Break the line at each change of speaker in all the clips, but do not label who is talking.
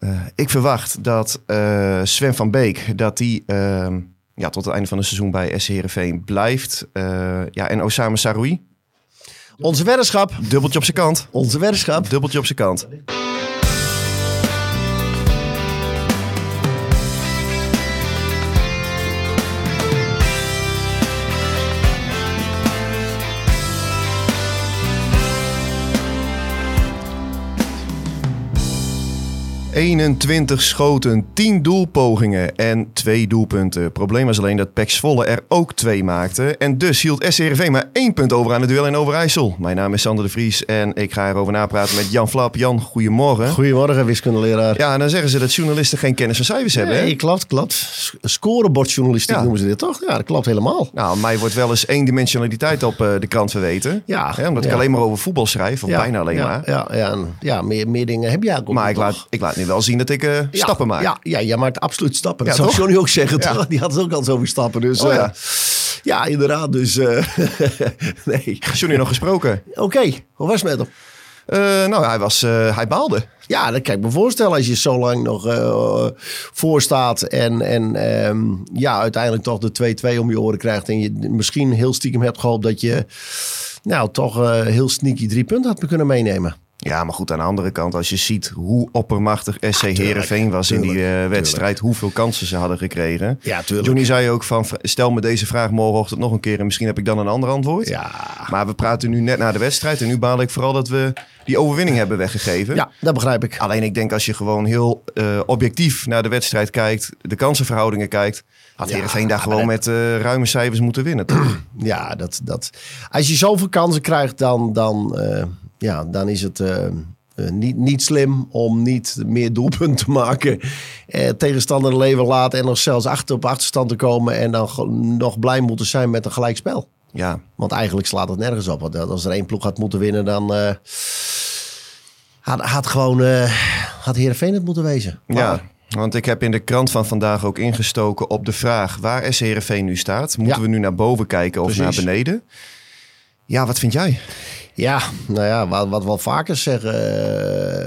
Eh, ik verwacht dat eh, Sven van Beek dat die, ehm, ja, tot het einde van het seizoen bij SC Heerenveen blijft. Eh, ja, en Osama Saroui,
Onze weddenschap.
dubbeltje op zijn kant.
Onze weddenschap.
Dubbeltje op zijn kant. ...21 schoten, 10 doelpogingen en 2 doelpunten. Probleem was alleen dat Pek Zwolle er ook 2 maakte... ...en dus hield SCRV maar 1 punt over aan het duel in Overijssel. Mijn naam is Sander de Vries en ik ga erover napraten met Jan Flap. Jan, goedemorgen.
Goedemorgen, wiskundeleraar.
Ja, en dan zeggen ze dat journalisten geen kennis van cijfers hebben. hè?
Nee, klopt, klopt. S- Scorebordjournalistiek
Ja.
noemen ze dit toch? Ja, dat klopt helemaal.
Nou, mij wordt wel eens eendimensionaliteit op eh, de krant verweten.
Ja,
Hè, omdat ik
ja.
alleen maar over voetbal schrijf, of
Ja,
bijna alleen
ja,
maar.
Ja, ja, en- ja meer, meer dingen heb jij ook.
Maar ik
nog.
laat, ik laat nu wel zien dat ik eh,
Ja,
stappen maak.
Ja, ja, jij maakt absoluut stappen. Dat
Ja,
zou
toch?
Johnny ook zeggen.
Ja.
toch? Die had het ook al eens over stappen. Dus,
Oh,
eh,
ja.
ja. inderdaad. Dus eh, nee.
Johnny nog gesproken.
Oké, hoe was het met hem?
Eh, nou, hij, was, eh, hij baalde.
Ja, dat kan ik me voorstellen als je zo lang nog eh, voor staat. En, en ehm, ja, uiteindelijk toch de 2-2 om je oren krijgt. En je misschien heel stiekem hebt gehoopt dat je nou toch eh, heel sneaky drie punten had kunnen meenemen.
Ja, maar goed, aan de andere kant, als je ziet hoe oppermachtig SC Heerenveen was in die eh,
Ah, tuurlijk,
wedstrijd, hoeveel kansen ze hadden gekregen.
Ja, tuurlijk.
Johnny zei ook van, stel me deze vraag morgenochtend nog een keer en misschien heb ik dan een ander antwoord.
Ja.
Maar we praten nu net na de wedstrijd en nu baal ik vooral dat we die overwinning hebben weggegeven.
Ja, dat begrijp ik.
Alleen ik denk als je gewoon heel eh, objectief naar de wedstrijd kijkt, de kansenverhoudingen kijkt, had
Ja,
Heerenveen daar
maar
gewoon
dat-
met eh, ruime cijfers moeten winnen. toch?
Ja, dat, dat. Als je zoveel kansen krijgt, dan, dan, eh, ja, dan is het eh, eh, niet, niet slim om niet meer doelpunten te maken. Eh, tegenstander leven laten en nog zelfs achter op achterstand te komen. En dan ge- nog blij moeten zijn met een gelijkspel.
ja,
Want eigenlijk slaat het nergens op. Want als er één ploeg had moeten winnen, dan eh, had, had gewoon eh had Heerenveen het moeten wezen.
ja. Want ik heb in de krant van vandaag ook ingestoken op de vraag waar SC Heerenveen nu staat. Moeten
Ja.
we nu naar boven kijken of
Precies.
naar beneden? Ja, wat vind jij?
Ja, nou ja, wat, wat we al vaker zeggen.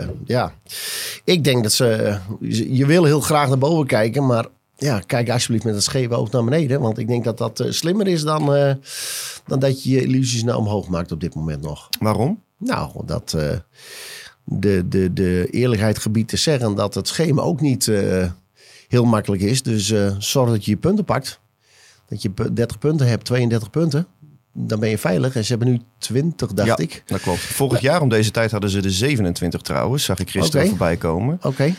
eh, ja, ik denk dat ze. Je wil heel graag naar boven kijken, maar ja, kijk alsjeblieft met het scheve oog naar beneden. Want ik denk dat dat eh, slimmer is dan, eh, dan dat je je illusies naar omhoog maakt op dit moment nog.
Waarom?
Nou, dat eh, de, de, de eerlijkheid gebiedt te zeggen dat het schema ook niet eh, heel makkelijk is. Dus eh, zorg dat je je punten pakt. Dat je pu- 30 punten hebt, 32 punten. Dan ben je veilig. En ze hebben nu 20, dacht
ja,
ik.
dat klopt. Vorig jaar om deze tijd hadden ze de 27 trouwens, zag ik gisteren
Oké.
voorbij komen.
Oké.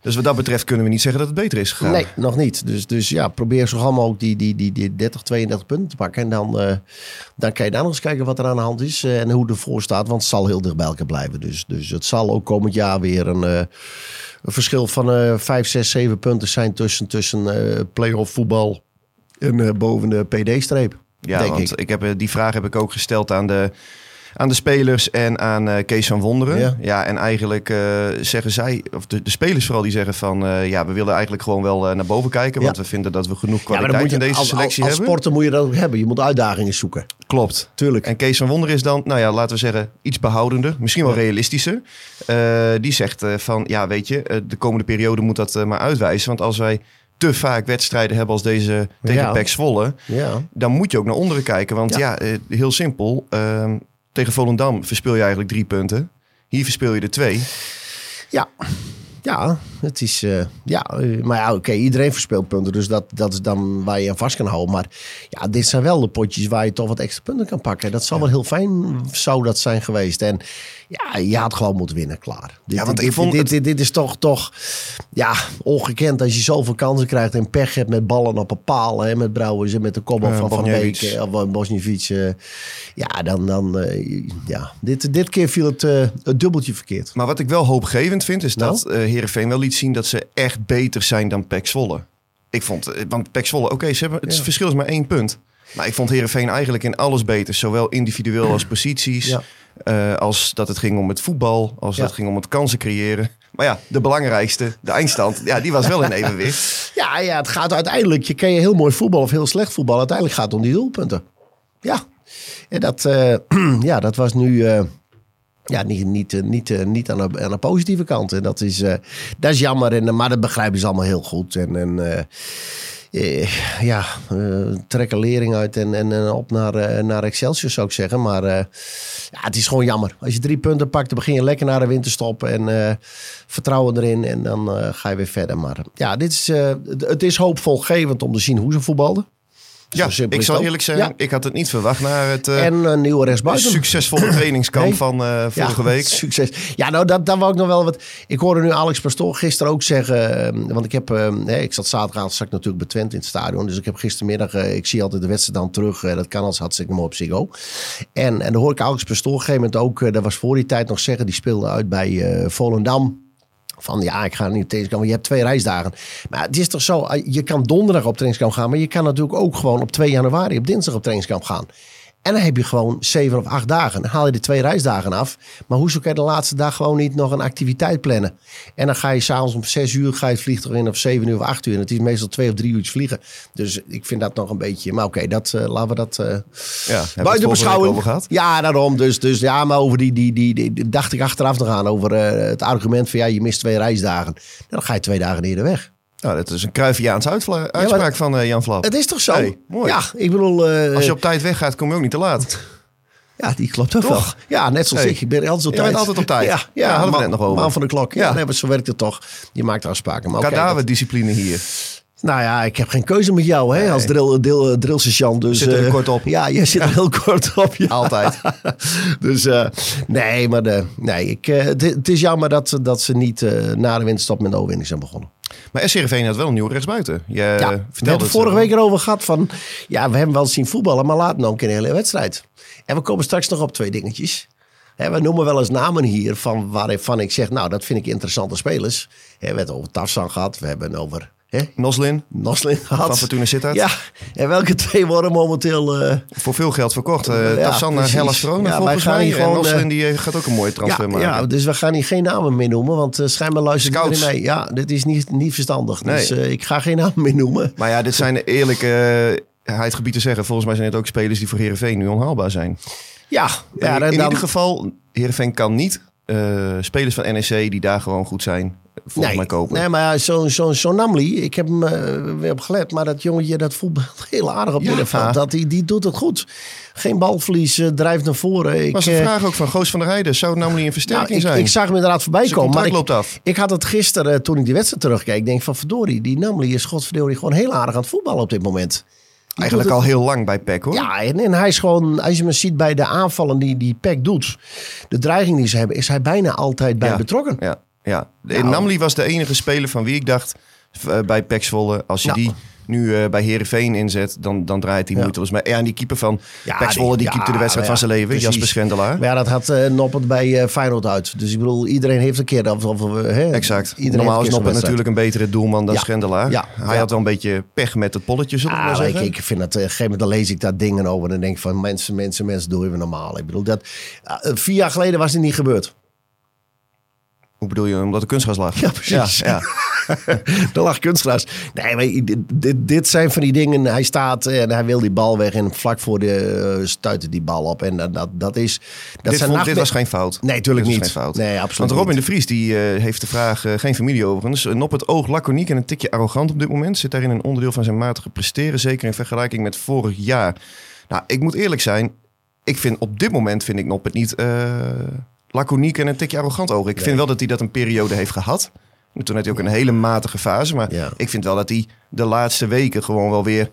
Dus wat dat betreft kunnen we niet zeggen dat het beter is gegaan.
Nee, nog niet. Dus, dus ja, probeer zo gauw ook die, die, die, die 30, 32 punten te pakken. En dan, eh, dan kan je daar nog eens kijken wat er aan de hand is eh, en hoe het ervoor staat. Want het zal heel dicht bij elkaar blijven. Dus, dus het zal ook komend jaar weer een, eh, een verschil van eh 5, 6, 7 punten zijn tussen, tussen eh play-off voetbal en eh, boven de PD-streep.
Ja,
denk
want
ik.
ik. heb, eh, die vraag heb ik ook gesteld aan de, aan de spelers en aan eh, Kees van Wonderen. Ja,
Ja.
en eigenlijk eh, zeggen zij, of de, de spelers vooral, die zeggen van... eh, ja, we willen eigenlijk gewoon wel eh, naar boven kijken. Want
Ja.
we vinden dat we genoeg
Ja, maar
kwaliteit
dan moet je,
in deze
als, als,
selectie
als
hebben.
sporter moet je dat ook hebben. Je moet uitdagingen zoeken.
Klopt.
Tuurlijk.
En Kees van Wonderen is dan, nou ja, laten we zeggen, iets behoudender. Misschien wel realistischer. Eh, die zegt eh, van, ja, weet je, eh, de komende periode moet dat eh, maar uitwijzen. Want als wij te vaak wedstrijden hebben als deze tegen
Ja.
PEC Zwolle
ja.
dan moet je ook naar onderen kijken. Want ja,
Ja.
eh, heel simpel. ehm, tegen Volendam verspeel je eigenlijk drie punten. Hier verspeel je er twee.
Ja. Ja, het is. eh, ja, eh, maar ja, oké, iedereen verspeelt punten. Dus dat, dat is dan waar je aan vast kan houden. Maar ja, dit zijn wel de potjes waar je toch wat extra punten kan pakken. Dat zal wel heel fijn zou dat zijn geweest. En ja, je had gewoon moeten winnen, klaar. Dit,
want
dit,
ik vond
dit,
het-
dit, dit is toch, toch ja, ongekend als je zoveel kansen krijgt en pech hebt met ballen op een paal. Hè, met Brouwers en met de kopbal
Eh,
van Van
Bosniewicz.
Beek. eh, Of eh, Bosniewicz. eh, ja, dan. dan eh, ja. Dit, dit keer viel het, eh, het dubbeltje verkeerd.
Maar wat ik wel hoopgevend vind, is
Nou?
dat eh Heerenveen wel iets niet zien dat ze echt beter zijn dan PEC Zwolle. Ik vond, eh, want PEC Zwolle, oké, ze hebben het
Ja.
verschil is maar één punt. Maar ik vond Herenveen eigenlijk in alles beter. Zowel individueel als posities.
Ja.
eh, als dat het ging om het voetbal. Als
Ja.
dat ging om het kansen creëren. Maar ja, de belangrijkste, de eindstand. ja, die was wel in evenwicht.
Ja, ja, het gaat uiteindelijk. Je kan je heel mooi voetbal of heel slecht voetbal. Uiteindelijk gaat het om die doelpunten. Ja, en dat, eh, ja, dat was nu eh, ja, niet, niet, eh, niet, eh, niet aan, de, aan de positieve kant. En dat is, eh, dat is jammer, en, eh, maar dat begrijpen ze allemaal heel goed. En, en eh, eh, ja, eh, trek een lering uit en, en eh, op naar, eh, naar Excelsior zou ik zeggen. Maar eh, ja, het is gewoon jammer. Als je drie punten pakt, dan begin je lekker naar de winterstop. En eh, vertrouwen erin en dan eh, ga je weer verder. Maar eh, ja, dit is, eh, het- het is hoopvolgevend om te zien hoe ze voetbalden.
Ja,
Zo simpel
ik
is
zal
het ook.
eerlijk zijn,
Ja.
ik had het niet verwacht na het eh,
en een nieuwe rechtsbuiten.
succesvolle trainingskamp
Nee.
van eh, vorige
ja,
week.
Succes. Ja, nou, dat, dat wou ik nog wel wat. Ik hoorde nu Alex Pastoor gisteren ook zeggen. ehm, want ik heb. ehm, hè, ik zat zaterdagavond zat ik natuurlijk bij Twente in het stadion. Dus ik heb gistermiddag. eh, ik zie altijd de wedstrijd dan terug. eh, dat kan als hartstikke mooi op Ziggo. En, en dan hoor ik Alex Pastoor op een gegeven moment ook. eh, dat was voor die tijd nog zeggen. Die speelde uit bij eh, Volendam. Van ja, ik ga niet op trainingskamp, want je hebt twee reisdagen. Maar het is toch zo, eh, je kan donderdag op trainingskamp gaan, maar je kan natuurlijk ook gewoon op 2 januari, op dinsdag op trainingskamp gaan. En dan heb je gewoon zeven of acht dagen. Dan haal je de twee reisdagen af. Maar hoezo kan je de laatste dag gewoon niet nog een activiteit plannen? En dan ga je s'avonds om zes uur ga je het vliegtuig in of zeven uur of acht uur. En het is meestal twee of drie uurtjes vliegen. Dus ik vind dat nog een beetje... Maar oké, dat eh, laten we dat...
Ja,
eh,
hebben we het vorige
Buiten
week
beschouwing.
over gehad.
Ja, daarom. Dus, dus ja, maar over die, die, die, die- die dacht ik achteraf nog aan. Over eh, het argument van ja, je mist twee reisdagen. Nou, dan ga je twee dagen eerder weg.
Nou, dat is een Cruyffiaans uitvla- uitspraak van eh, Jan Flap.
Het is toch zo?
Hey, mooi.
Ja, ik bedoel. eh,
Als je op tijd weggaat, kom je ook niet te laat.
Ja, die klopt ook wel.
Toch?
Ja, net zoals
Hey.
ik. Ik ben altijd op
Je
tijd.
bent altijd op tijd.
Ja,
Ja,
ja,
hadden we
man-
net nog over.
Man van de klok. Ja,
Ja.
nee, maar zo werkt het toch. Je maakt afspraken. Maar oké, dat-
Kadaver-discipline hier.
Nou ja, ik heb geen keuze met jou, hè, als drill, drill, drillstation. Dus,
zitten er
eh,
kort op.
Ja, je zit er heel kort op. ja.
Altijd.
dus eh, nee, maar de, nee, ik, eh, het- het is jammer dat, ze- dat ze niet eh, na de winterstop met de overwinning zijn begonnen.
Maar SCRV had wel een nieuwe rechtsbuiten. Je eh,
Ja,
ja,
we hebben het vorige week erover gehad van, ja, we hebben wel eens zien voetballen, maar laat nou een keer een hele wedstrijd. En we komen straks nog op twee dingetjes. Hè, we noemen wel eens namen hier van waarvan ik zeg, nou, dat vind ik interessante spelers. Hè, we hebben het over Tafsan gehad, we hebben over... Hè,
Noslin,
Noslin gehad.
Van Fortuna Sittard.
Ja, en welke twee worden momenteel... eh,
voor veel geld verkocht. eh
Ja,
Tafsan naar
precies.
Hellas Verona
Ja, wij
volgens
gaan
mij.
hier
en
gewoon,
Noslin
eh,
die eh, gaat ook een mooie transfer
ja,
maken.
ja, dus we gaan hier geen namen meer noemen, want eh, schijnbaar luistert
Scouts.
iedereen mee. Ja, dit is niet, niet verstandig.
Nee.
Dus eh, ik ga geen namen meer noemen.
Maar ja, dit zijn eerlijke... eh, Heidgebied te zeggen, volgens mij zijn het ook spelers die voor Herenveen nu onhaalbaar zijn.
Ja, ja
in
dan-
in
dan-
ieder geval, Herenveen kan niet eh, spelers van NEC die daar gewoon goed zijn, eh, volgens
nee,
mij kopen.
Nee, maar zo'n zo, zo Namli, ik heb hem eh, weer op gelet, maar dat jongetje dat voetbalt heel aardig op
Ja.
middenveld. Dat, die, die doet het goed. Geen balverlies, eh, drijft naar voren. Ik,
was
eh,
een vraag ook van Goos van der Heijden. Zou het namelijk een versterking
nou, ik,
zijn?
ik zag hem inderdaad voorbij
Zijn
komen. Maar ik,
contract loopt af.
ik had het gisteren, eh, toen ik die wedstrijd terugkeek, ik denk van verdorie, die Namli is godverdorie gewoon heel aardig aan het voetballen op dit moment. Die
Eigenlijk
doet
al
het-
heel lang bij PEC hoor.
Ja, en, en hij is gewoon, als je hem ziet bij de aanvallen die, die Peck doet, de dreiging die ze hebben, is hij bijna altijd bij
Ja.
betrokken.
Ja, ja. De-
Nou.
Namli was de enige speler van wie ik dacht eh, bij Pek Zwolle. Als je
Ja.
die nu eh, bij Herenveen inzet, dan, dan draait hij
Nou. Ja.
moeiteloos. Maar ja, en die keeper van
Ja,
Pek Zwolle, die,
die-
keepte de
ja, nou
wedstrijd
ja,
van zijn leven.
precies.
Jasper Schendelaar.
Maar ja, dat had eh Noppert bij eh, Feyenoord uit. Dus ik bedoel, iedereen heeft een keer... Of, of, eh, hè,
Exact.
Iedereen
Normaal is
heeft een keer zo'n
Noppen
wedstrijd.
natuurlijk een betere doelman dan
Ja.
Schendelaar.
Ja.
Hij
Ja.
had wel een beetje pech met het polletje, zullen we maar
Ah, maar ik,
zeggen.
ik vind dat, eh, op een gegeven moment dan lees ik daar dingen over en dan denk ik van mensen, mensen, mensen, doen we normaal. Ik bedoel, dat, ah, eh, vier jaar geleden was dit niet gebeurd.
Hoe bedoel je? Omdat er kunstgras lag.
Ja, precies.
Ja, ja.
Dan lag kunstgras. Nee, maar dit, dit, dit zijn van die dingen. Hij staat eh, en hij wil die bal weg en vlak voor de eh, stuit hij die bal op. En dat, dat, dat is... Dat
dit,
zijn
vond- dit
nachtmer-
was geen fout.
Nee, tuurlijk
Dit was
niet.
geen fout.
Nee, absoluut
Want Robin
niet.
de Vries die, eh, heeft de vraag, eh, geen familie overigens, eh, op het oog laconiek en een tikje arrogant op dit moment. Zit daarin een onderdeel van zijn matige presteren, zeker in vergelijking met vorig jaar. Nou, ik moet eerlijk zijn, ik vind op dit moment vind ik Noppet niet eh, laconiek en een tikje arrogant oog. Ik vind wel dat hij dat een periode heeft gehad. En Toen had hij ook een hele matige fase, maar
Ja.
ik vind wel dat hij de laatste weken gewoon wel weer...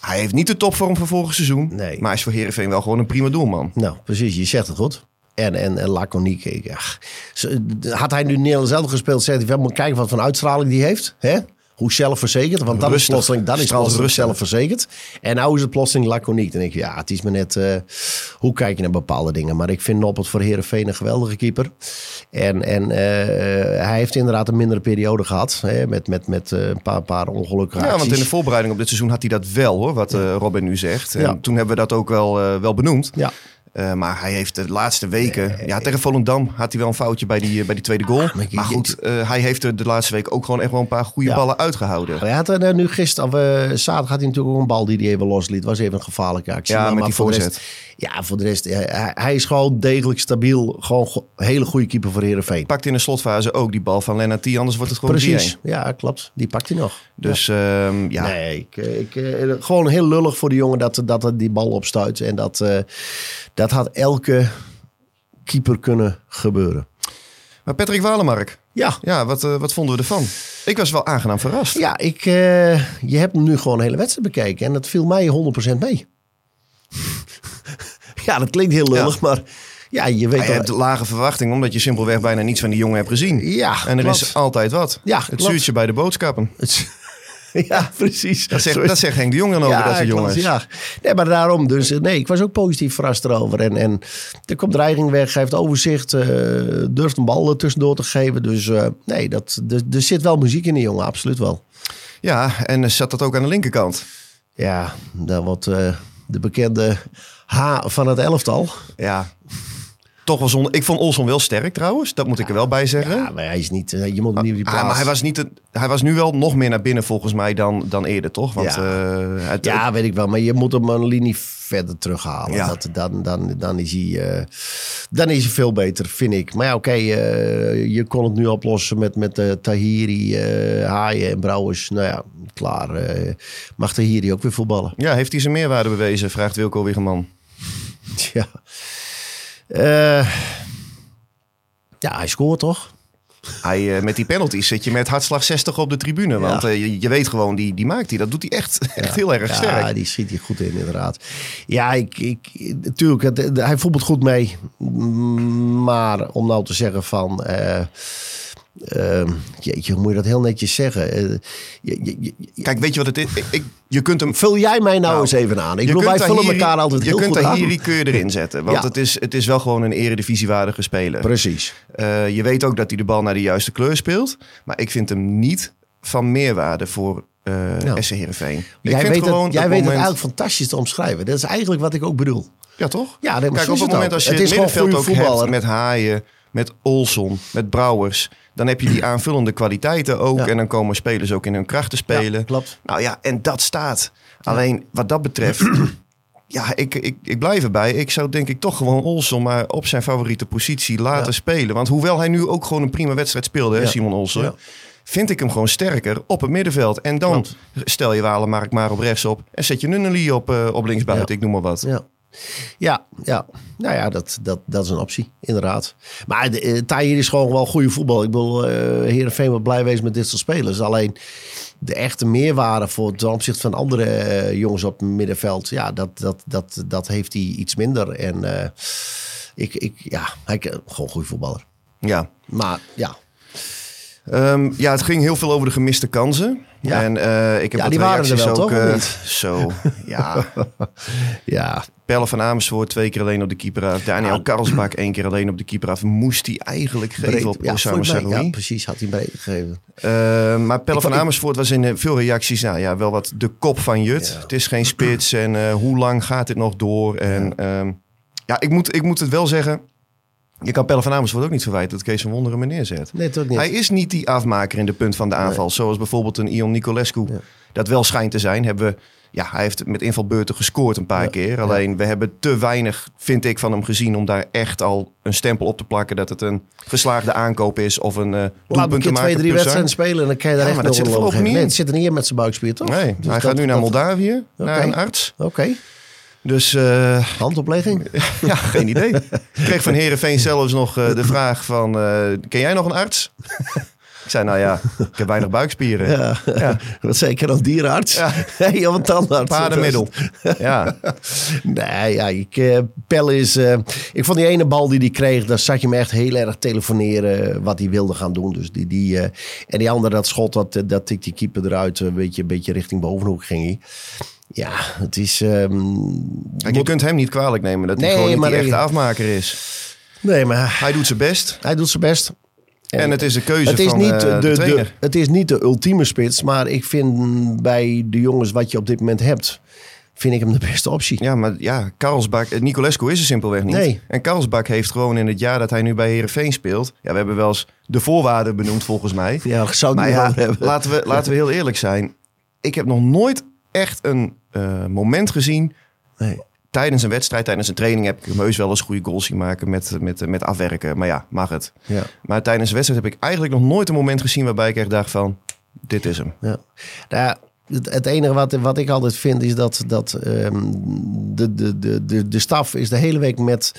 Hij heeft niet de topvorm van vorig seizoen,
Nee.
maar hij is voor Heerenveen wel gewoon een prima doelman.
Nou, precies. Je zegt het goed. En, en, en laconiek. ik- ach. Ze- Had hij nu Nederlands zelf gespeeld, zegt hij, we moeten kijken wat voor een uitstraling die heeft. Hè? hoe zelfverzekerd. Want dan
Rustig.
is plotseling, dan is
Straalt
plotseling
rust uit.
zelfverzekerd. En nou is het plotseling laconiek. Dan denk je, ja, het is me net... eh, hoe kijk je naar bepaalde dingen? Maar ik vind Noppert voor Herenveen een geweldige keeper. En, en eh, hij heeft inderdaad een mindere periode gehad. Hè, met met, met eh, een paar, paar ongelukkige
Ja,
acties.
want in de voorbereiding op dit seizoen had hij dat wel hoor, wat eh, Robin nu zegt. En
Ja.
toen hebben we dat ook wel, eh, wel benoemd.
Ja. Eh,
Eh, maar hij heeft de laatste weken... ja, tegen Volendam had hij wel een foutje bij die, eh, bij die tweede goal.
Ah, maar
maar,
je- je-
goed, eh, hij heeft er de laatste week ook gewoon echt wel een paar goede
Ja.
ballen uitgehouden.
Maar Hij had er eh, nu gisteren, of, eh, zaterdag had hij natuurlijk ook een bal die hij even losliet. Was even een gevaarlijke actie.
Ja,
Maar-
met
maar
die
voor de
voorzet.
rest- ja, voor de rest. eh, Hij, hij is gewoon degelijk stabiel. Gewoon go- hele goede keeper voor Herenveen.
Pakt in de slotfase ook die bal van Lennart T, anders wordt het gewoon 3-1.
Precies. Ja, klopt. Die pakt hij nog.
Dus ehm, ja,
Nee, ik, ik, eh, gewoon heel lullig voor de jongen dat, dat hij die bal opstuit. En dat, eh, dat had elke keeper kunnen gebeuren.
maar Patrick Walemark,
Ja,
ja, wat, eh, wat vonden we ervan? Ik was wel aangenaam verrast.
ja ik, eh, je hebt nu gewoon een hele wedstrijd bekeken. En dat viel mij 100% mee. ja, dat klinkt heel lullig, maar ja, je weet
Maar je
wel-
hebt lage verwachtingen, omdat je simpelweg bijna niets van die jongen hebt gezien.
Ja,
En er
klopt.
is altijd wat.
Ja,
het
klopt.
zuurtje bij de boodschappen.
ja, precies.
Dat
Zo
zegt,
is-
dat zegt Henk de Jong dan over dat soort
klopt,
jongens.
Ja. Nee, maar daarom dus. eh, Nee, ik was ook positief verrast erover. En, en er komt dreiging weg, hij heeft overzicht, eh, durft een bal er tussendoor te geven. Dus eh, nee, dat, er, er zit wel muziek in die jongen, absoluut wel.
Ja, en eh, zat dat ook aan de linkerkant.
Ja, dan wordt eh, de bekende H van het elftal.
Ja. Toch wel zonde. Ik vond Olson wel sterk trouwens. Dat moet ik er wel bij zeggen.
Ja, maar hij is niet, eh, je moet hem niet op die plaats.
Ah, maar hij was, niet een- hij was nu wel nog meer naar binnen volgens mij dan, dan eerder, toch? Want
Ja.
eh, het-
Ja, weet ik wel. Maar je moet hem een linie verder terughalen.
Ja.
Dat, dan, dan, dan, is hij, eh, dan is hij veel beter, vind ik. Maar ja, oké, eh, je kon het nu oplossen met, met eh, Tahiri, eh, Haaien en Brouwers. Nou ja, klaar. eh, mag Tahiri ook weer voetballen?
ja, heeft hij zijn meerwaarde bewezen? Vraagt Wilco Wigeman.
Ja. Eh, ja, hij scoort toch?
Hij, eh, met die penalties zit je met hartslag 60 op de tribune. Want eh, je, je weet gewoon, die, die maakt hij. Dat doet hij echt, echt heel erg sterk.
Ja, die schiet hij goed in, inderdaad. Ja, ik, ik, natuurlijk, het, het- hij voetbalt goed mee. Mm, Maar om nou te zeggen van... eh, ehm, jeetje, hoe moet je dat heel netjes zeggen? Eh, je- je- je- je-
Kijk, weet je wat het is? Ik, ik- je kunt hem...
vul jij mij nou,
Nou,
eens even aan. Ik
je
bedoel, wij
kunt
vullen
Tahiri-
elkaar altijd heel
Je kunt
goed aan.
Tahiri kun je erin zetten. Want
Ja.
het, is, het is wel gewoon een eredivisiewaardige speler.
Precies.
Eh, je weet ook dat hij de bal naar de juiste kleur speelt. Maar ik vind hem niet van meerwaarde voor eh
Nou.
SC Heerenveen. Ik
Jij
vind
weet, het, jij
gewoon
weet het
moment-
eigenlijk fantastisch te omschrijven. Dat is eigenlijk wat ik ook bedoel.
Ja, toch?
Ja, nee, maar
Kijk,
zo
op het
is het
moment
ook.
als je
Het
het,
is gewoon
middenveld ook
goede
hebt
voetballer.
met Haaien, met Olson, met Brouwers... dan heb je die aanvullende kwaliteiten ook.
Ja.
En dan komen spelers ook in hun kracht te spelen.
Ja, klopt.
Nou ja, en dat staat. Alleen wat dat betreft... Ja, ik, ik, ik blijf erbij. Ik zou denk ik toch gewoon Olson maar op zijn favoriete positie laten
Ja.
spelen. Want hoewel hij nu ook gewoon een prima wedstrijd speelde, hè,
Ja.
Simon Olsen...
Ja.
vind ik hem gewoon sterker op het middenveld. En dan
Klopt.
stel je Walemark maar op rechts op... en zet je Nunnely op, eh, op linksbuiten,
Ja.
ik noem maar wat.
Ja. Ja, ja, nou ja, dat, dat, dat is een optie, inderdaad. Maar de- eh, Tahir is gewoon wel goede voetbal. Ik bedoel, eh Heerenveen moet blij wezen met dit soort spelers. Alleen de echte meerwaarde voor ten opzichte van andere eh, jongens op het middenveld... ja, dat, dat, dat, dat heeft hij iets minder. En eh, ik, ik, ja, hij kan- gewoon een goede voetballer.
Ja.
Maar ja,
Ehm, ja, het ging heel veel over de gemiste kansen.
Ja.
En eh, ik heb
Ja,
wat
die waren er
reacties
wel,
ook,
toch, of
eh,
niet?
Zo, ja.
ja,
Pelle van Amersfoort twee keer alleen op de keeper af. Daniel
Ah.
Karlsbak één keer alleen op de keeper af. Moest hij eh, eigenlijk geven
breed.
op
ja,
Osama
volgens mij,
Saroui.
ja, precies, had hij breed gegeven.
Eh, maar Pelle
Ik-
van
ik-
Amersfoort was in eh, veel reacties. Nou ja, wel wat de kop van Jut.
Ja.
Het is geen spits. En eh, hoe lang gaat dit nog door? En ehm, ja, ik moet, ik moet het wel zeggen. Je kan Pelle van Amersfoort ook niet verwijten dat Kees van Wonderen hem neerzet.
Nee, toch niet.
Hij is niet die afmaker in de punt van de aanval. Zoals bijvoorbeeld een Ion Nicolescu.
Ja.
Dat wel schijnt te zijn. Hebben we, ja, hij heeft met invalbeurten gescoord een paar
Ja.
keer. Alleen we hebben te weinig, vind ik, van hem gezien... om daar echt al een stempel op te plakken... dat het een geslaagde aankoop is of een eh
Laat hem een
doelpunt te
keer
maken.
twee, drie
per zaak.
wedstrijden spelen en dan kan je daar
Ja,
echt
maar dat zit
nog
er
een
voorlopig
loop geven.
niet
Nee,
in.
het zit er niet in met zijn buikspier, toch?
Nee,
Dus
hij
dat-
gaat nu naar
dat-
Moldavië, naar
Oké.
een arts.
Oké,
Dus eh,
handoplegging.
ja, geen idee. Ik kreeg van Herenveen zelfs nog eh, de vraag van... eh, ken jij nog een arts? Ik zei, nou ja, ik heb weinig buikspieren.
Ja. Wat zei ik als dierenarts?
Ja.
Nee, of een tandarts.
Paardenmiddel. Ja.
Nee, ja, ik, eh, Pelle is... eh, ik vond die ene bal die hij kreeg, daar zag je hem echt heel erg telefoneren eh, wat hij wilde gaan doen. Dus die, die, eh, en die andere, dat schot, dat, eh, dat tikte die keeper eruit. eh, Een beetje, een beetje richting bovenhoek ging hij. Ja, het is... ehm,
Kijk, je kunt hem niet kwalijk nemen dat hij
Nee,
gewoon niet
maar
die
dat-
echte afmaker is.
nee, maar
Hij doet zijn best
hij doet zijn best.
en het is een keuze
Het is,
van
niet
eh,
de,
de,
de,
trainer.
het is niet de ultieme spits, maar ik vind bij de jongens wat je op dit moment hebt, vind ik hem de beste optie.
Ja, maar ja, Karlsbak, eh, Nicolescu is er simpelweg niet.
Nee.
En Karlsbak heeft gewoon in het jaar dat hij nu bij Herenveen speelt. Ja, we hebben wel eens de voorwaarden benoemd volgens mij.
Ja, ik zou het
Maar
niet
ja,
over hebben.
laten we, laten we heel eerlijk zijn. Ik heb nog nooit echt een eh, moment gezien
Nee.
tijdens een wedstrijd, tijdens een training heb ik hem heus wel eens goede goals zien maken met, met, met afwerken. Maar ja, mag het.
Ja.
Maar tijdens een wedstrijd heb ik eigenlijk nog nooit een moment gezien waarbij ik echt dacht van, dit is hem.
Ja. Nou ja, het, het enige wat, wat ik altijd vind is dat, dat ehm, de, de, de, de, de staf is de hele week met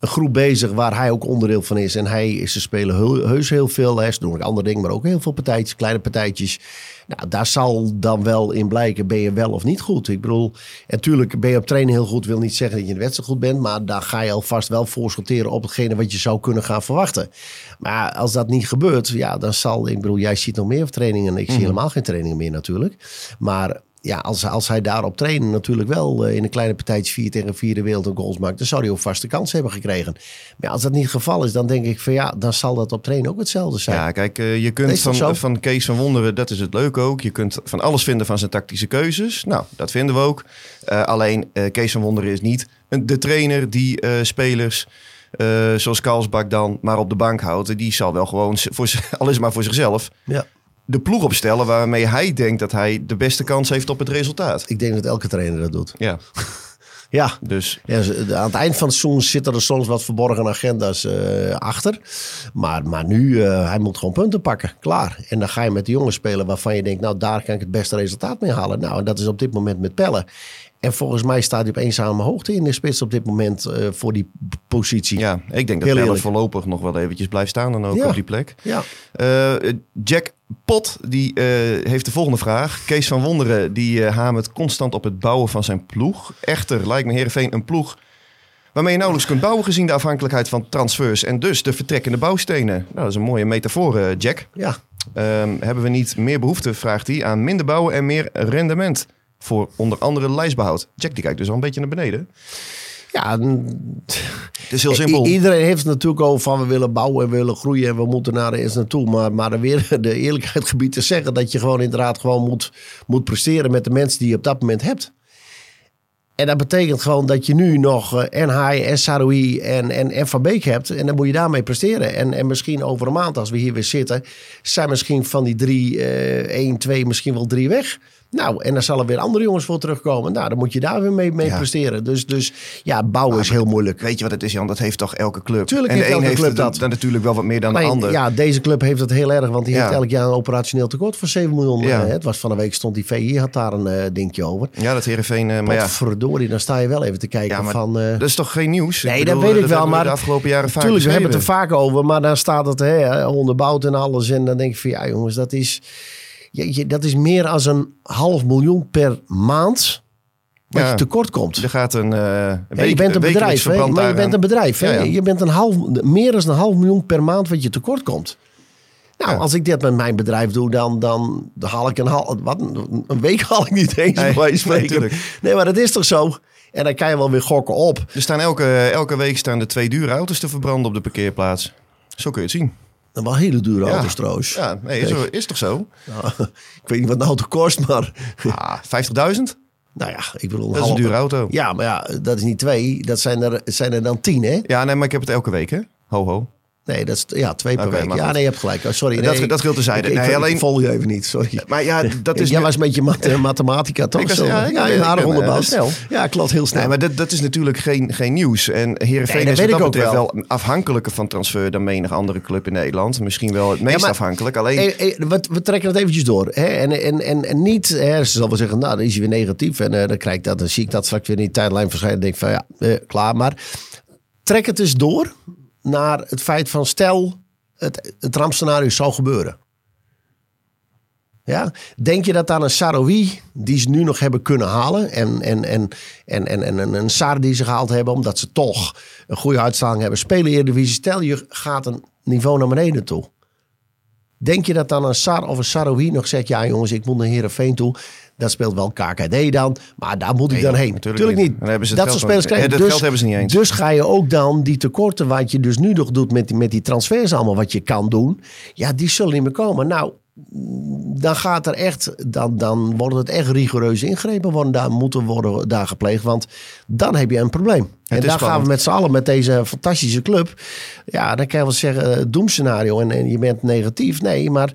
een groep bezig waar hij ook onderdeel van is. En hij is, ze spelen heu- heus heel veel. Hè. Ze doen ook andere dingen, maar ook heel veel partijtjes, kleine partijtjes. Nou, daar zal dan wel in blijken, ben je wel of niet goed? Ik bedoel, natuurlijk ben je op trainen heel goed, wil niet zeggen dat je in de wedstrijd goed bent. Maar daar ga je alvast wel voorschotteren op hetgene wat je zou kunnen gaan verwachten. Maar als dat niet gebeurt, ja, dan zal, ik bedoel, jij ziet nog meer trainingen. Ik zie helemaal geen trainingen meer natuurlijk. Maar ja, als, als hij daarop trainen natuurlijk wel eh, in een kleine partijtje 4 tegen 4 de wereld een goals maakt, dan zou hij ook vaste kans hebben gekregen. Maar ja, als dat niet het geval is, dan denk ik van ja, dan zal dat op trainen ook hetzelfde zijn.
Ja, kijk, eh, je kunt
Is dat
van,
zo?
van Kees van Wonderen, dat is het leuke ook. Je kunt van alles vinden van zijn tactische keuzes. Nou, dat vinden we ook. Eh, alleen eh, Kees van Wonderen is niet een- de trainer die eh, spelers, eh, zoals Karlsbak dan, maar op de bank houdt. Die zal wel gewoon, z- voor, z- al is het maar voor zichzelf,
Ja.
de ploeg opstellen waarmee hij denkt dat hij de beste kans heeft op het resultaat.
Ik denk dat elke trainer dat doet.
Ja,
Ja,
dus
Ja, ze- aan het eind van het seizoen zitten er soms wat verborgen agenda's eh, achter. Maar, maar nu, eh, hij moet gewoon punten pakken. Klaar. En dan ga je met de jongens spelen waarvan je denkt, nou daar kan ik het beste resultaat mee halen. Nou, en dat is op dit moment met Pellen. En volgens mij staat hij op eenzame hoogte in de spits op dit moment eh, voor die p- positie.
ja, ik denk dat
Heel
Pelle
eerlijk.
voorlopig nog wel eventjes blijft staan dan ook
Ja.
op die plek.
Ja.
Eh, Jack Pot die, eh, heeft de volgende vraag. Kees van Wonderen die eh, hamert constant op het bouwen van zijn ploeg. Echter lijkt me Heerenveen een ploeg waarmee je nauwelijks kunt bouwen gezien de afhankelijkheid van transfers en dus de vertrekkende bouwstenen. Nou, dat is een mooie metafoor, eh, Jack.
ja.
Ehm, hebben we niet meer behoefte, vraagt hij, aan minder bouwen en meer rendement voor onder andere lijstbehoud? Jack die kijkt dus al een beetje naar beneden.
Ja, en-
Het is heel simpel.
Eh, I- iedereen heeft het natuurlijk over van we willen bouwen en we willen groeien en we moeten naar eens naartoe. Maar, maar weer de eerlijkheid gebied te zeggen dat je gewoon inderdaad gewoon moet, moet presteren met de mensen die je op dat moment hebt. En dat betekent gewoon dat je nu nog eh, en Haai en Saroui en, en, en Van Beek hebt. En dan moet je daarmee presteren. En, en misschien over een maand, als we hier weer zitten, zijn misschien van die drie, eh één, twee, misschien wel drie weg. Nou, en dan zal er weer andere jongens voor terugkomen. Nou, dan moet je daar weer mee, mee
Ja.
presteren. Dus, dus ja, bouwen is heel moeilijk.
Weet je wat het is, Jan? Dat heeft toch elke club?
Tuurlijk
en de
heeft
een
elke
heeft
club
dan-
dat.
dan natuurlijk wel wat meer dan de
Alleen,
ander.
Ja, deze club heeft het heel erg, want die heeft
Ja.
elk jaar een operationeel tekort van 7 miljoen.
Ja.
Eh, het was van een week stond die VI, had daar een eh, dingetje over.
Ja, dat Heerenveen... eh maar ja,
Potverdorie, dan sta je wel even te kijken
Ja, maar
van... eh,
dat is toch geen nieuws?
nee,
bedoel, eh,
dat weet ik wel,
hebben we
maar...
de afgelopen jaren vaak
Tuurlijk, we hebben het er
beschreven.
vaak over, maar dan staat het hè, eh, onderbouwd en alles. En dan denk ik van, ja jongens, dat is, je, je- dat is meer dan een half miljoen per maand wat
Ja.
je tekort komt.
Er gaat een, eh
Ja, je bent een bedrijf, hè? Maar je bent een bedrijf. Hè?
Ja, ja.
Je bent een half, meer dan een half miljoen per maand wat je tekort komt. Nou,
Ja.
als ik dit met mijn bedrijf doe, dan, dan haal ik een, hal, wat, een week haal ik niet eens.
Nee,
bij wijze van
nee,
spreken.
tuurlijk.
nee, maar dat is toch zo? En dan kan je wel weer gokken op.
Er staan elke, elke week staan er twee dure auto's te verbranden op de parkeerplaats. Zo kun je het zien.
Dan wel hele dure
Ja.
auto's trouwens.
Ja, nee, is, is toch zo?
Nou, ik weet niet wat een auto kost, maar
Ah, 50.000?
nou ja, ik bedoel...
Dat is een
half-
dure auto. Ja.
Ja, maar ja, dat is niet twee. Dat zijn er, zijn er dan tien, hè?
nee, maar ik heb het elke week, hè? Ho, ho.
Nee, dat is ja, twee per
Oké,
week.
maar
Ja,
goed.
nee, je hebt gelijk. Oh, sorry.
Dat-
nee,
dat geldt terzijde.
Ik, ik,
Nee,
ik
alleen-
volg je even niet, sorry.
Maar ja, dat is...
Jij was met je mat- eh, mathematica toch?
Ik was-
Zo?
ja, ik ben-
je
ik
aardig
ben, eh,
onderbouwd.
snel.
Ja, klopt, heel snel.
Nee, maar dat, dat is natuurlijk geen, geen nieuws. En Heerenveen
Nee, dat
is wat
weet
dat
ik ook
betreft wel. afhankelijker van transfer dan menig andere club in Nederland. Misschien wel het meest
maar-
afhankelijk. Alleen,
Hey, hey, we, we trekken het eventjes door. Hè? En, en, en, en niet, hè, ze zal wel zeggen, nou, dan is hij weer negatief. En eh, dan, krijg ik dat, dan zie ik dat straks weer in die tijdlijn verschijnen. En denk ik van, ja, eh, klaar. Maar trek het eens door naar het feit van, stel, het, het rampscenario zou gebeuren. Ja? Denk je dat dan een Saroui, die ze nu nog hebben kunnen halen, en, en, en, en, en, en, en een Saar die ze gehaald hebben, omdat ze toch een goede uitstraling hebben, spelen Eredivisie, stel je gaat een niveau naar beneden toe. Denk je dat dan een Sar of een Saroui nog zegt, ja jongens, ik moet naar Herenveen toe. Dat speelt wel KKD dan, maar daar moet ik
Nee,
dan heen.
natuurlijk
Natuurlijk
niet.
niet.
Dan hebben ze het
dat soort
geld ook
spelers krijgen.
niet. Eh, dat
dus,
geld hebben ze niet eens.
Dus ga je ook dan die tekorten wat je dus nu nog doet met die, met die transfers allemaal wat je kan doen. Ja, die zullen niet meer komen. Nou, dan gaat er echt, dan, dan worden het echt rigoureuze ingrepen worden, daar moeten worden daar gepleegd. Want dan heb je een probleem. en
is
daar gaan
spannend.
we met z'n allen met deze fantastische club. Ja, dan kan je wel zeggen, eh, doemscenario en, en je bent negatief. Nee, maar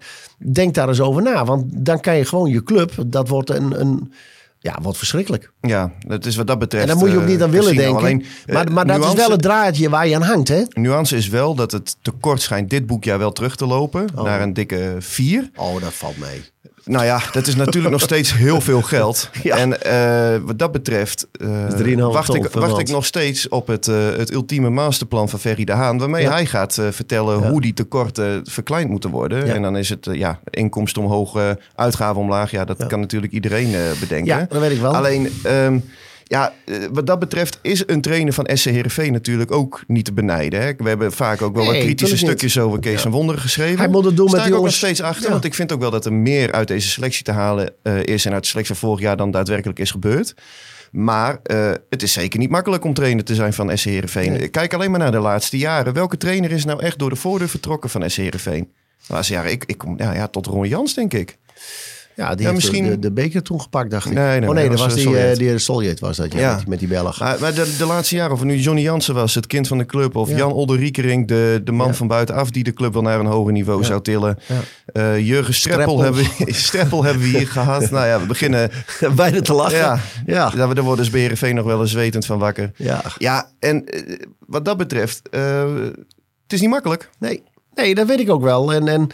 denk daar eens over na. Want dan kan je gewoon je club, dat wordt een, een ja, wordt verschrikkelijk.
Ja, dat is wat dat betreft.
en daar moet je ook
eh,
niet aan willen
casino.
denken.
Alleen, eh,
maar maar dat
nuance,
is wel het draadje waar je aan hangt, hè?
Nuance is wel dat het tekort schijnt dit boekjaar wel terug te lopen. Naar een dikke vier.
Oh, dat valt mee.
Nou ja, dat is natuurlijk nog steeds heel veel geld. En eh, wat dat betreft eh,
is 3,5
wacht,
ton
ik,
per
wacht
maand.
ik nog steeds op het, eh, het ultieme masterplan van Ferry de Haan. Waarmee
Ja.
hij gaat eh, vertellen hoe die tekorten verkleind moeten worden.
Ja.
En dan is het eh, ja, inkomsten omhoog, eh, uitgaven omlaag. Ja, dat kan natuurlijk iedereen eh, bedenken.
Ja, dat weet ik wel.
Alleen... ehm, ja, eh, wat dat betreft is een trainer van SC Heerenveen natuurlijk ook niet te benijden. Hè? We hebben vaak ook wel wat
Nee,
kritische
tuurlijk niet.
stukjes over Kees en Wonder geschreven.
Hij moet het doen
Sta
met
ik
die
ook nog
jongens.
steeds achter,
Ja.
want ik vind ook wel dat er meer uit deze selectie te halen eh, is en uit de selectie van vorig jaar dan daadwerkelijk is gebeurd. Maar eh, het is zeker niet makkelijk om trainer te zijn van SC Heerenveen. Kijk alleen maar naar de laatste jaren. Welke trainer is nou echt door de voordeur vertrokken van SC Heerenveen? De laatste jaren, ik, ik kom nou ja, tot Ron Jans, denk ik.
Ja, die
Ja,
heeft
misschien-
de, de, de beker toen gepakt, dacht ik.
Nee, nee,
oh nee, dat was,
eh,
die,
Soljet.
eh, die Soljet was dat, ja,
Ja.
Met, die, met die Belg.
Maar, maar de, de laatste jaren, of het nu Johnny Jansen was, het kind van de club... of
Ja.
Jan Olderikering, de, de man van buitenaf... die de club wel naar een hoger niveau zou tillen. Eh, Jurgen Streppel,
Streppel.
Hebben, we, Streppel hebben we hier gehad. Nou ja, we beginnen...
Bijna te lachen.
Ja,
Ja.
ja.
ja.
daar worden ze bij Heerenveen nog wel eens wetend van wakker. Ja, en eh, wat dat betreft, eh, het is niet makkelijk.
nee. Nee, dat weet ik ook wel. En, en,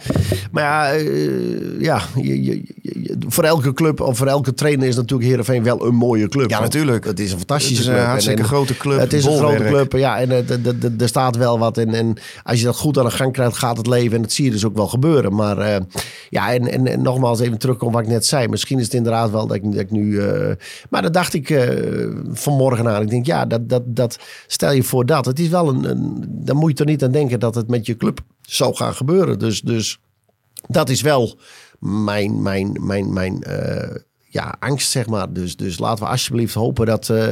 maar ja, eh, ja je, je, je- je- voor elke club of voor elke trainer is natuurlijk Heerenveen wel een mooie club.
Ja,
Want
natuurlijk.
Het is een
Het
fantastische
is een
club. En-
hartstikke
en
grote club,
Het is een
bolwerk.
grote club, ja. En eh, d- d- d- er staat wel wat. En, en als je dat goed aan de gang krijgt, gaat het leven. En dat zie je dus ook wel gebeuren. Maar eh, ja, en, en, en nogmaals even terugkomen op wat ik net zei. Misschien is het inderdaad wel dat ik, dat ik nu... eh, maar dat dacht ik eh, vanmorgen aan. Ik denk, ja, dat, dat, dat stel je voor dat. Het is wel een, een... Dan moet je er niet aan denken dat het met je club zou gaan gebeuren. Dus... dus dat is wel mijn, mijn, mijn, mijn eh, ja, angst, zeg maar. Dus, dus laten we alsjeblieft hopen dat, eh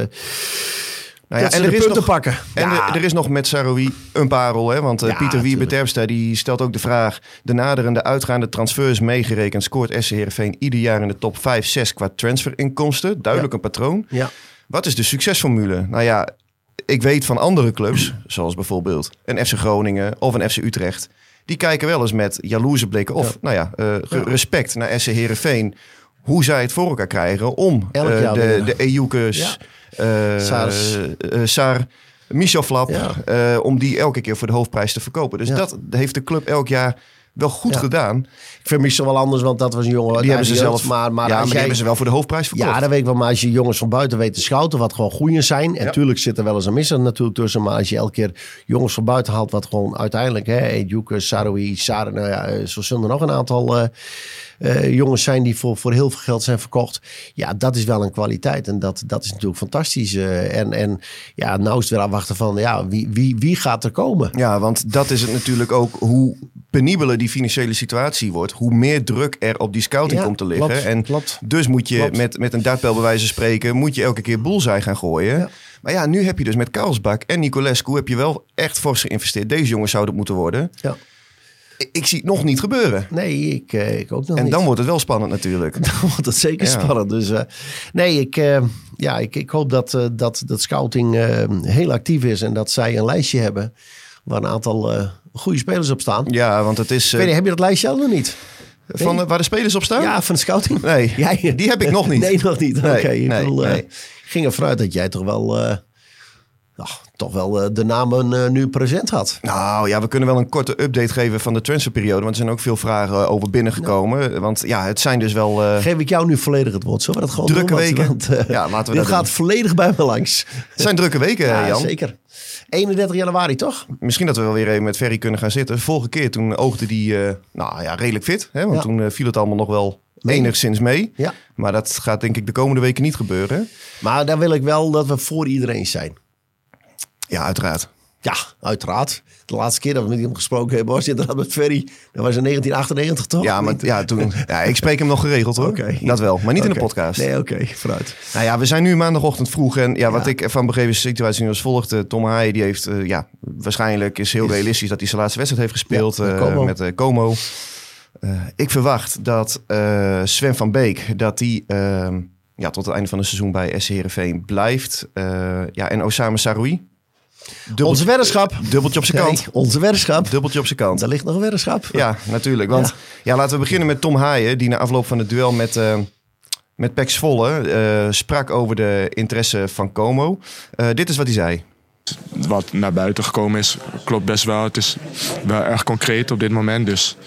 Nou
dat ze
en
de
er is
punten
nog,
pakken.
En
ja.
er, er is nog met Saroui een parel. Hè? Want eh,
Ja,
Pieter Wieber
tuurlijk.
Terpstra die stelt ook de vraag... de naderende uitgaande transfers meegerekend... scoort SC Heerenveen ieder jaar in de top 5, 6 qua transferinkomsten. Duidelijk een patroon.
ja.
Wat is de succesformule? Nou ja, ik weet van andere clubs, zoals bijvoorbeeld een FC Groningen of een FC Utrecht. Die kijken wel eens met jaloerse blikken of, nou ja, eh, ge- respect naar SC Heerenveen. Hoe zij het voor elkaar krijgen om
Elk
eh,
jaar
de,
weer.
de Ejoekes, eh,
Sars.
eh, Sar, Michel Flap,
Ja.
eh, om die elke keer voor de hoofdprijs te verkopen. Dus
Ja.
dat heeft de club elk jaar wel goed
Ja.
gedaan.
Ik vind Michel wel anders, want dat was een jongen.
Die hebben ze zelf,
Maar, maar
ja, maar
als
die
jij,
hebben ze wel voor de hoofdprijs verkocht.
ja, dat weet ik wel. Maar als je jongens van buiten weet te schouten, wat gewoon goeien zijn. En
Ja.
tuurlijk zit er wel eens een misser natuurlijk tussen. Maar als je elke keer jongens van buiten haalt, wat gewoon uiteindelijk... hè, Juke, Saroui, Sare, nou ja, eh, zo zullen er nog een aantal... eh, eh, jongens zijn die voor, voor heel veel geld zijn verkocht. Ja, dat is wel een kwaliteit. En dat, dat is natuurlijk fantastisch. eh, en, en ja, nou is het weer afwachten van ja, wie, wie, wie gaat er komen?
Ja, want dat is het natuurlijk ook hoe penibeler die financiële situatie wordt, hoe meer druk er op die scouting
Ja,
komt te liggen.
klopt,
en
klopt.
dus moet je
Klopt.
met, met een dartpijl bij wijze van spreken, moet je elke keer bullseye gaan gooien. Maar ja, nu heb je dus met Karlsbak en Nicolescu heb je wel echt fors geïnvesteerd. Deze jongens zouden het moeten worden.
Ja.
Ik, ik zie het nog niet gebeuren.
Nee, ik, eh, ik ook nog
En
niet.
dan wordt het wel spannend natuurlijk.
Want dat is zeker
Ja.
spannend. Dus eh, nee, ik, eh, ja, ik, ik hoop dat, eh, dat, dat scouting eh, heel actief is. En dat zij een lijstje hebben waar een aantal eh, goede spelers op staan.
Ja, want het is eh,
Ik weet niet, heb je dat lijstje al nog niet?
van eh, waar de spelers op staan.
Ja, van de scouting?
Nee,
Jij-
die heb ik nog niet.
Nee, nog niet. Oké,
Nee,
ik
nee,
bedoel, eh,
nee.
ging ervan uit dat jij toch wel, eh, nou, toch wel eh, de namen eh, nu present had.
Nou ja, we kunnen wel een korte update geven van de transferperiode. Want er zijn ook veel vragen eh, over binnengekomen. Want ja, het zijn dus wel... eh,
Geef ik jou nu volledig het woord. Zullen we dat gewoon
Drukke
doen? Want-
weken.
Want, eh,
Ja, laten we
dit
dat
gaat
doen.
volledig bij me langs.
Het zijn drukke weken,
Ja,
Eh, Jan.
zeker. 31 januari, toch?
Misschien dat we wel weer even met Ferry kunnen gaan zitten. Vorige keer toen oogde die eh, nou ja, redelijk fit. Hè? Want
Ja.
toen eh, viel het allemaal nog wel enigszins mee.
Ja.
Maar dat gaat denk ik de komende weken niet gebeuren.
Maar dan wil ik wel dat we voor iedereen zijn.
Ja, uiteraard.
Ja, uiteraard. De laatste keer dat we met hem gesproken hebben was inderdaad met Ferry. Dat was in 1998 toch?
Ja, maar ja, toen, ja, ik spreek hem nog geregeld hoor.
Oké.
Dat wel, maar niet in de
Oké.
podcast.
Nee, oké, vooruit.
Nou ja, we zijn nu maandagochtend vroeg. En ja, wat
Ja.
ik ervan begreep is de situatie nu als volgt. Eh, Tom Haaien die heeft, eh, ja, waarschijnlijk is heel
Is-
realistisch dat hij zijn laatste wedstrijd heeft gespeeld
Ja, met
eh,
Como.
met eh, Como. Eh, ik verwacht dat eh Sven van Beek, dat die ehm, ja, tot het einde van het seizoen bij SC Heerenveen blijft. Eh, ja, en Osama Saroui. Dubbeltje-
Onze weddenschap.
Dubbeltje op zijn kant.
Nee, onze weddenschap.
Dubbeltje op zijn kant.
Daar ligt nog een weddenschap.
Ja, natuurlijk. Want ja.
Ja.
laten we beginnen met Tom Haaien, die na afloop van het duel met, eh met Pax Volle eh, sprak over de interesse van Como. Eh, dit is wat hij zei.
wat naar buiten gekomen is, klopt best wel. Het is wel erg concreet op dit moment. Dus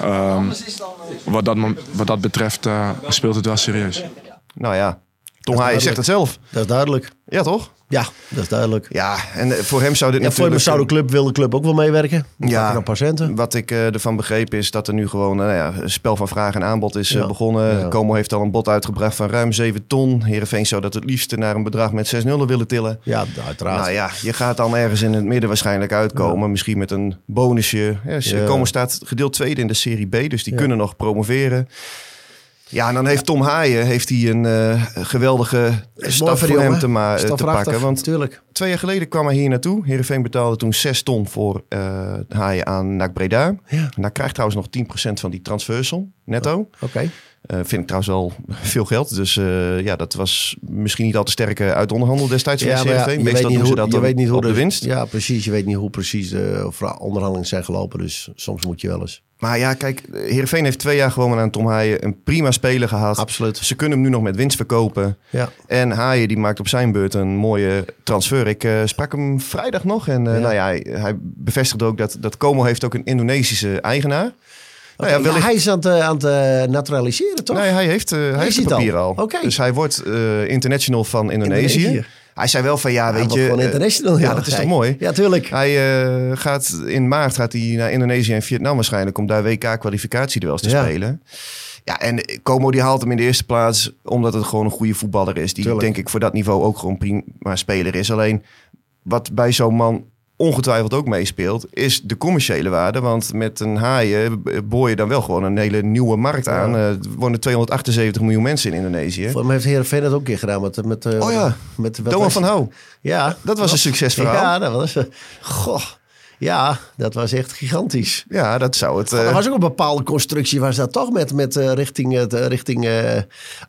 ehm, wat, dat, mom- wat dat betreft eh, speelt het wel serieus.
Nou ja, Tom
is
Haaien
duidelijk.
zegt het zelf.
Dat is duidelijk.
Ja, toch?
Ja, dat is duidelijk.
Ja, en eh, voor hem zou dit
Ja, voor
natuurlijk...
me zou de club, wil de club ook wel meewerken. Ja. Naar patiënten.
Wat ik eh, ervan begreep is dat er nu gewoon eh, nou ja, een spel van vraag en aanbod is eh,
Ja.
begonnen.
Ja.
Como heeft al een bod uitgebracht van ruim 7 ton. Heerenveen zou dat het liefst naar een bedrag met 6 nullen willen tillen.
Ja, uiteraard.
Nou ja, je gaat dan ergens in het midden waarschijnlijk uitkomen. Misschien met een bonusje. Ja, ze
Ja.
komen staat gedeeld tweede in de Serie B, dus die kunnen nog promoveren. Ja, en dan heeft Tom Haaien heeft hij een eh, geweldige
Is
stap
mooi
voor
die
hem
jongen.
te, ma-
Is toch
te
prachtig?
pakken. Want
Tuurlijk.
twee jaar geleden kwam hij hier naartoe. Heerenveen betaalde toen 6 ton voor eh Haaien aan NAC Breda.
Ja.
NAC krijgt trouwens nog 10% van die transversal netto.
Oké.
Eh, vind ik trouwens wel veel geld. Dus eh, ja, dat was misschien niet al te sterke uitonderhandel destijds. Ja,
Ja,
van
maar
de
ja,
CRV.
je
Meestal
weet niet
doen ze
hoe,
dat
je
dan
weet niet hoe
op de winst.
Ja, precies. Je weet niet hoe precies de vra- onderhandelingen zijn gelopen. Dus soms moet je wel eens.
Maar ja, kijk, Heerenveen heeft twee jaar gewoon aan Tom Haaien een prima speler gehad.
Absoluut.
Ze kunnen hem nu nog met winst verkopen.
Ja.
En Haaien die maakt op zijn beurt een mooie transfer. Ik eh, sprak hem vrijdag nog en eh,
Ja.
nou ja, hij, hij bevestigde ook dat, dat Como heeft ook een Indonesische eigenaar. nou
Oké,
ja, wellicht,
ja, hij is aan het, eh, aan het eh, naturaliseren, toch?
nee, hij heeft, eh, hij heeft
ziet
de
het al.
papieren al.
Oké.
Dus hij wordt eh, international van Indonesië.
Indonesië.
Hij zei wel van ja,
Ja,
weet
maar
je...
Gewoon
eh,
international.
ja,
joh.
dat is toch mooi?
Ja, tuurlijk.
Hij eh, gaat in maart gaat hij naar Indonesië en Vietnam waarschijnlijk om daar WK-kwalificatieduels te
Ja.
spelen. Ja, en Como die haalt hem in de eerste plaats omdat het gewoon een goede voetballer is. Die
Tuurlijk.
denk ik voor dat niveau ook gewoon prima speler is. Alleen wat bij zo'n man ongetwijfeld ook meespeelt, is de commerciële waarde. Want met een haaien boor je dan wel gewoon een hele nieuwe markt aan. Eh, er wonen 278 miljoen mensen in Indonesië.
Voor hem heeft Heerenveen dat ook een keer gedaan. Met, met, eh,
Oh ja.
Met, wat
Doan
was-
van Houw,
Ja.
dat was een succesverhaal. Ja,
Ja, dat was... Goh. Ja, dat was echt gigantisch.
dat zou het...
Er
eh,
Oh, was ook een bepaalde constructie, was dat toch met, met eh, richting, het, eh, richting eh,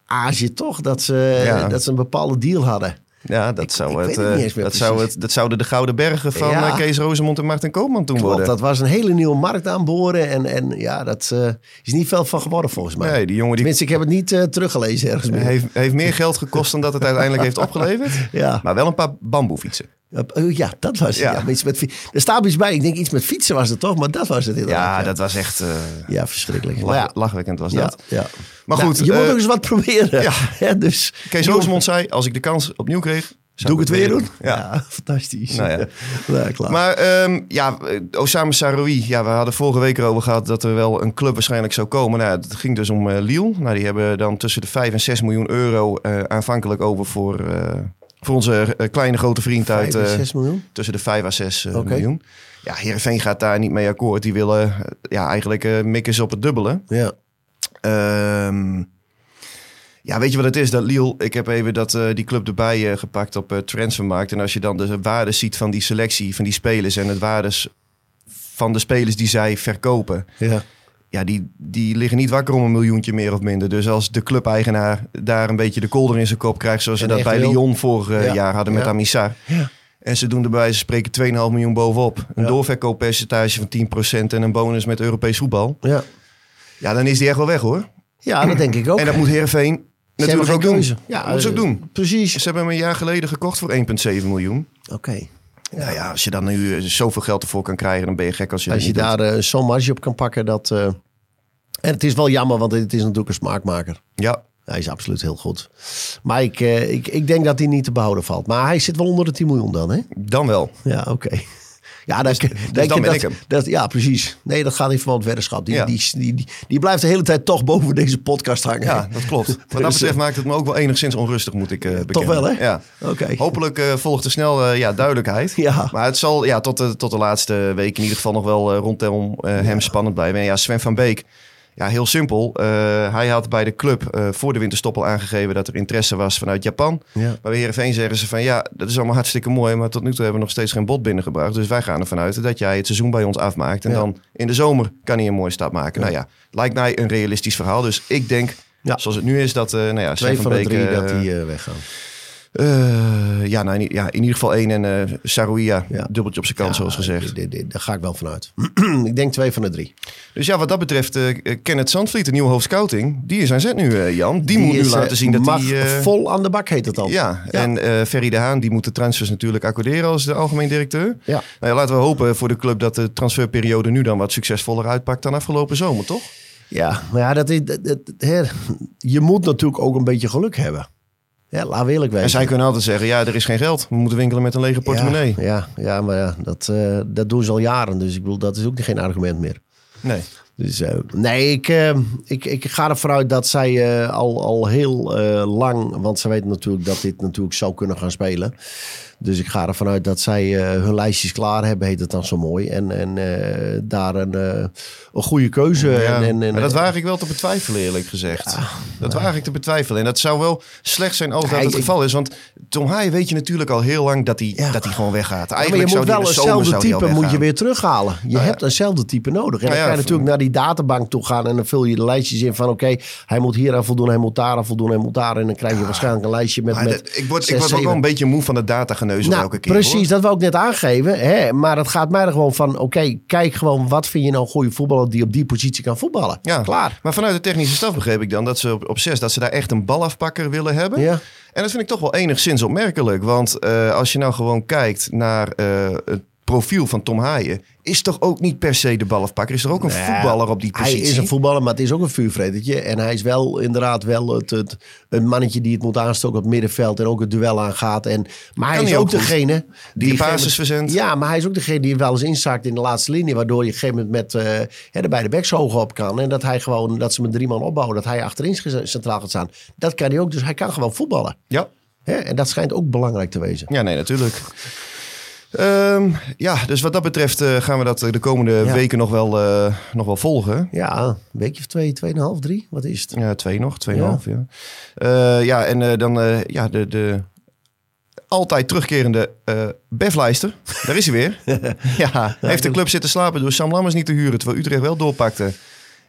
Azië toch? Dat ze,
Ja.
dat ze een bepaalde deal hadden.
Ja, dat,
Ik-
zou,
ik
het,
weet het
eh,
niet eens meer
dat,
precies.
zou het, dat zouden de Gouden Bergen van
Ja.
eh, Kees Rozemond en Martin Koopman toen
Klopt,
worden.
dat was een hele nieuwe markt aanboren. En, en ja, dat eh, is niet veel van geworden volgens mij.
Nee, die jongen die
Tenminste, ik heb het niet eh, teruggelezen ergens meer.
heeft, heeft meer geld gekost dan dat het uiteindelijk heeft opgeleverd.
Ja.
Maar wel een paar bamboefietsen.
Eh, eh, ja, dat was het.
Ja.
Ja. maar iets met, fi- er staat iets bij. Ik denk iets met fietsen was het toch? Maar dat was het inderdaad.
Ja, dat was echt eh,
ja verschrikkelijk.
lach-
Maar ja,
lachwekkend was
ja,
dat.
ja.
Maar
Nou,
goed,
je
eh,
moet ook eens wat proberen.
ja.
Hè, dus,
Kees Rozemond zei, als ik de kans opnieuw kreeg, zou
Doe ik het weer doen?
Ja.
fantastisch.
Nou ja.
Ja, klaar.
Maar ehm, ja, eh, Osama Saroui, ja, we hadden vorige week erover gehad dat er wel een club waarschijnlijk zou komen. Nou, het ging dus om eh, Lille. Nou, die hebben dan tussen de 5 en 6 miljoen euro eh, aanvankelijk over voor, eh, voor onze eh, kleine grote vriend uit...
Vijf en
eh,
zes miljoen?
tussen de 5 à 6
Oké.
eh, miljoen. Ja, Heerenveen gaat daar niet mee akkoord. Die willen eh, ja, eigenlijk eh mikken ze op het dubbele.
Ja.
Ehm, ja, weet je wat het is? Dat Lille, ik heb even dat, eh, die club erbij eh, gepakt op eh, transfermarkt. En als je dan de waardes ziet van die selectie, van die spelers... en het waardes van de spelers die zij verkopen...
ja.
Ja, die, die liggen niet wakker om een miljoentje meer of minder. Dus als de clubeigenaar daar een beetje de kolder in zijn kop krijgt... zoals ze
En
dat
echt
bij
wil.
Lyon vorig eh,
Ja.
jaar hadden met
Ja.
Amissar...
Ja.
En ze doen er bij wijze van spreken 2,5 miljoen bovenop. Een
Ja.
doorverkooppercentage van 10% en een bonus met Europees voetbal.
Ja.
Ja, dan is die echt wel weg hoor.
ja, dat denk ik ook.
En dat moet Heerenveen
Ze
natuurlijk
hebben geen
ook doen.
keuze.
Ja, moet ze ook
eh,
doen.
Precies.
Ze hebben hem een jaar geleden gekocht voor 1,7 miljoen.
Oké.
Nou ja, als je dan nu eh, zoveel geld ervoor kan krijgen, dan ben je gek als je
Als
dat
je
niet
daar eh, zo'n marge op kan pakken, dat... eh, En het is wel jammer, want het is natuurlijk een smaakmaker.
doet. Ja,
Hij is absoluut heel goed. Maar ik, eh, ik, ik denk dat hij niet te behouden valt. Maar hij zit wel onder de 10 miljoen dan, hè?
dan wel.
Ja, oké. Ja, dat, denk
Dus- dan
je
ben
dat,
ik hem.
dat- ja, precies. Nee, dat gaat niet van het weddenschap. Die,
Ja.
die, die, die, die blijft de hele tijd toch boven deze podcast hangen.
Ja, dat klopt. Wat dat
Dus,
betreft
eh,
maakt het me ook wel enigszins onrustig, moet ik eh bekennen.
Toch wel, hè?
Ja.
Oké.
Hopelijk eh, volgt er snel eh, ja, duidelijkheid.
Ja.
Maar het zal ja, tot, de, tot de laatste week in ieder geval nog wel eh, rondom eh, hem spannend blijven. En ja, Sven van Beek, ja, heel simpel. Eh, hij had bij de club eh, voor de winterstop al aangegeven dat er interesse was vanuit Japan.
Ja.
Maar bij Heerenveen zeggen ze van ja, dat is allemaal hartstikke mooi. Maar tot nu toe hebben we nog steeds geen bod binnengebracht. Dus wij gaan ervan uit dat jij het seizoen bij ons afmaakt. En
Ja.
dan in de zomer kan hij een mooie stap maken.
Ja.
Nou ja, lijkt mij een realistisch verhaal. Dus ik denk,
Ja.
zoals het nu is, dat eh nou ja,
Twee
Sven
van de
Beek,
drie
eh,
dat die eh, weggaan.
eh, ja, nou, in, i- ja, in ieder geval één en eh Sarouia,
Ja.
dubbeltje op zijn kant, zoals
Ja,
gezegd.
dit- dit- Daar ga ik wel vanuit. ik denk twee van de drie.
Dus ja, wat dat betreft, eh eh, Kenneth Zandvliet, de nieuwe hoofdscouting, die is aan zet nu, eh, Jan. Die, moet nu
is, eh,
laten zien dat
mag
hij... eh,
vol aan de bak heet het dan.
ja, en eh Ferry de Haan, die moet de transfers natuurlijk accorderen als de algemeen directeur.
Ja.
Nou ja, laten we hopen voor de club dat de transferperiode nu dan wat succesvoller uitpakt dan afgelopen zomer, toch?
Ja, maar ja, dat is, dat, dat- hè, je moet natuurlijk ook een beetje geluk hebben. Ja, laat we eerlijk
En
wezen.
zij kunnen altijd zeggen, ja, er is geen geld. We moeten winkelen met een lege portemonnee.
Ja, ja, ja, maar ja, dat, eh, dat doen ze al jaren. Dus ik bedoel, dat is ook geen argument meer.
Nee.
Dus eh, nee, ik, eh, ik, ik ga ervan uit dat zij eh, al, al heel eh, lang... Want ze weten natuurlijk dat dit natuurlijk zou kunnen gaan spelen. Dus ik ga ervan uit dat zij eh, hun lijstjes klaar hebben, heet het dan zo mooi. En, en eh, daar een, eh, een goede keuze.
Ja,
en, en, en-
maar dat waag ik wel te betwijfelen, eerlijk gezegd. dat waag ik te betwijfelen. En dat zou wel slecht zijn als dat
Ja,
het
ik-
geval is. Want Tom Haaien weet je natuurlijk al heel lang dat hij,
Ja.
dat hij gewoon weggaat.
Ja,
Eigenlijk
maar je
zou
moet wel
die in de zomer
eenzelfde
zou die al
type moet je
weggaan.
weer terughalen. Je hebt eenzelfde type nodig. En
Nou
dan
ja,
kan je
voor-
natuurlijk naar die databank toe gaan en dan vul je de lijstjes in van oké, hij moet hier aan voldoen, hij moet daar aan voldoen, hij moet daar. En dan krijg je waarschijnlijk een lijstje met.
Maar
met
dat- ik word, ik
zes,
word ook wel
zeven.
een beetje moe van de datageneuzel
nou,
elke keer.
Precies,
hoor.
dat wou ik net aangeven. Hè? Maar het gaat mij er gewoon van oké, kijk gewoon wat vind je nou een goede voetballer die op die positie kan voetballen.
Ja.
Klaar.
Maar vanuit de technische staf begreep ik dan dat ze op, op zes dat ze daar echt een balafpakker willen hebben.
Ja.
En dat vind ik toch wel enigszins opmerkelijk. Want eh, als je nou gewoon kijkt naar eh, het profiel van Tom Haaien, is toch ook niet per se de balafpakker? Is er ook een
Nou ja,
voetballer op die positie?
Hij is een voetballer, maar het is ook een vuurvredertje. En hij is wel inderdaad wel het, het, een mannetje die het moet aanstoken op het middenveld. En ook het duel aangaat. En, maar hij
Kan
is
hij
ook,
ook goed.
degene...
Die de basis verzendt.
Ja, maar hij is ook degene die wel eens inzaakt in de laatste linie. Waardoor je op een gegeven moment met, eh, hè, de beide backs hoog op kan. En dat, hij gewoon, dat ze met drie man opbouwen. Dat hij achterin centraal gaat staan. Dat kan hij ook. Dus hij kan gewoon voetballen.
Ja.
Hè? En dat schijnt ook belangrijk te wezen.
Ja, nee, natuurlijk. Ehm, ja, dus wat dat betreft eh, gaan we dat eh, de komende
Ja.
weken nog wel, eh, nog wel volgen.
Ja, een weekje of twee, tweeënhalf, drie. Wat is het?
Ja, twee nog, tweeënhalf, ja. Ja, ja en eh, dan eh, ja, de, de altijd terugkerende eh Befleister. Daar is hij weer. ja, heeft de club zitten slapen door Sam Lammers niet te huren, terwijl Utrecht wel doorpakte.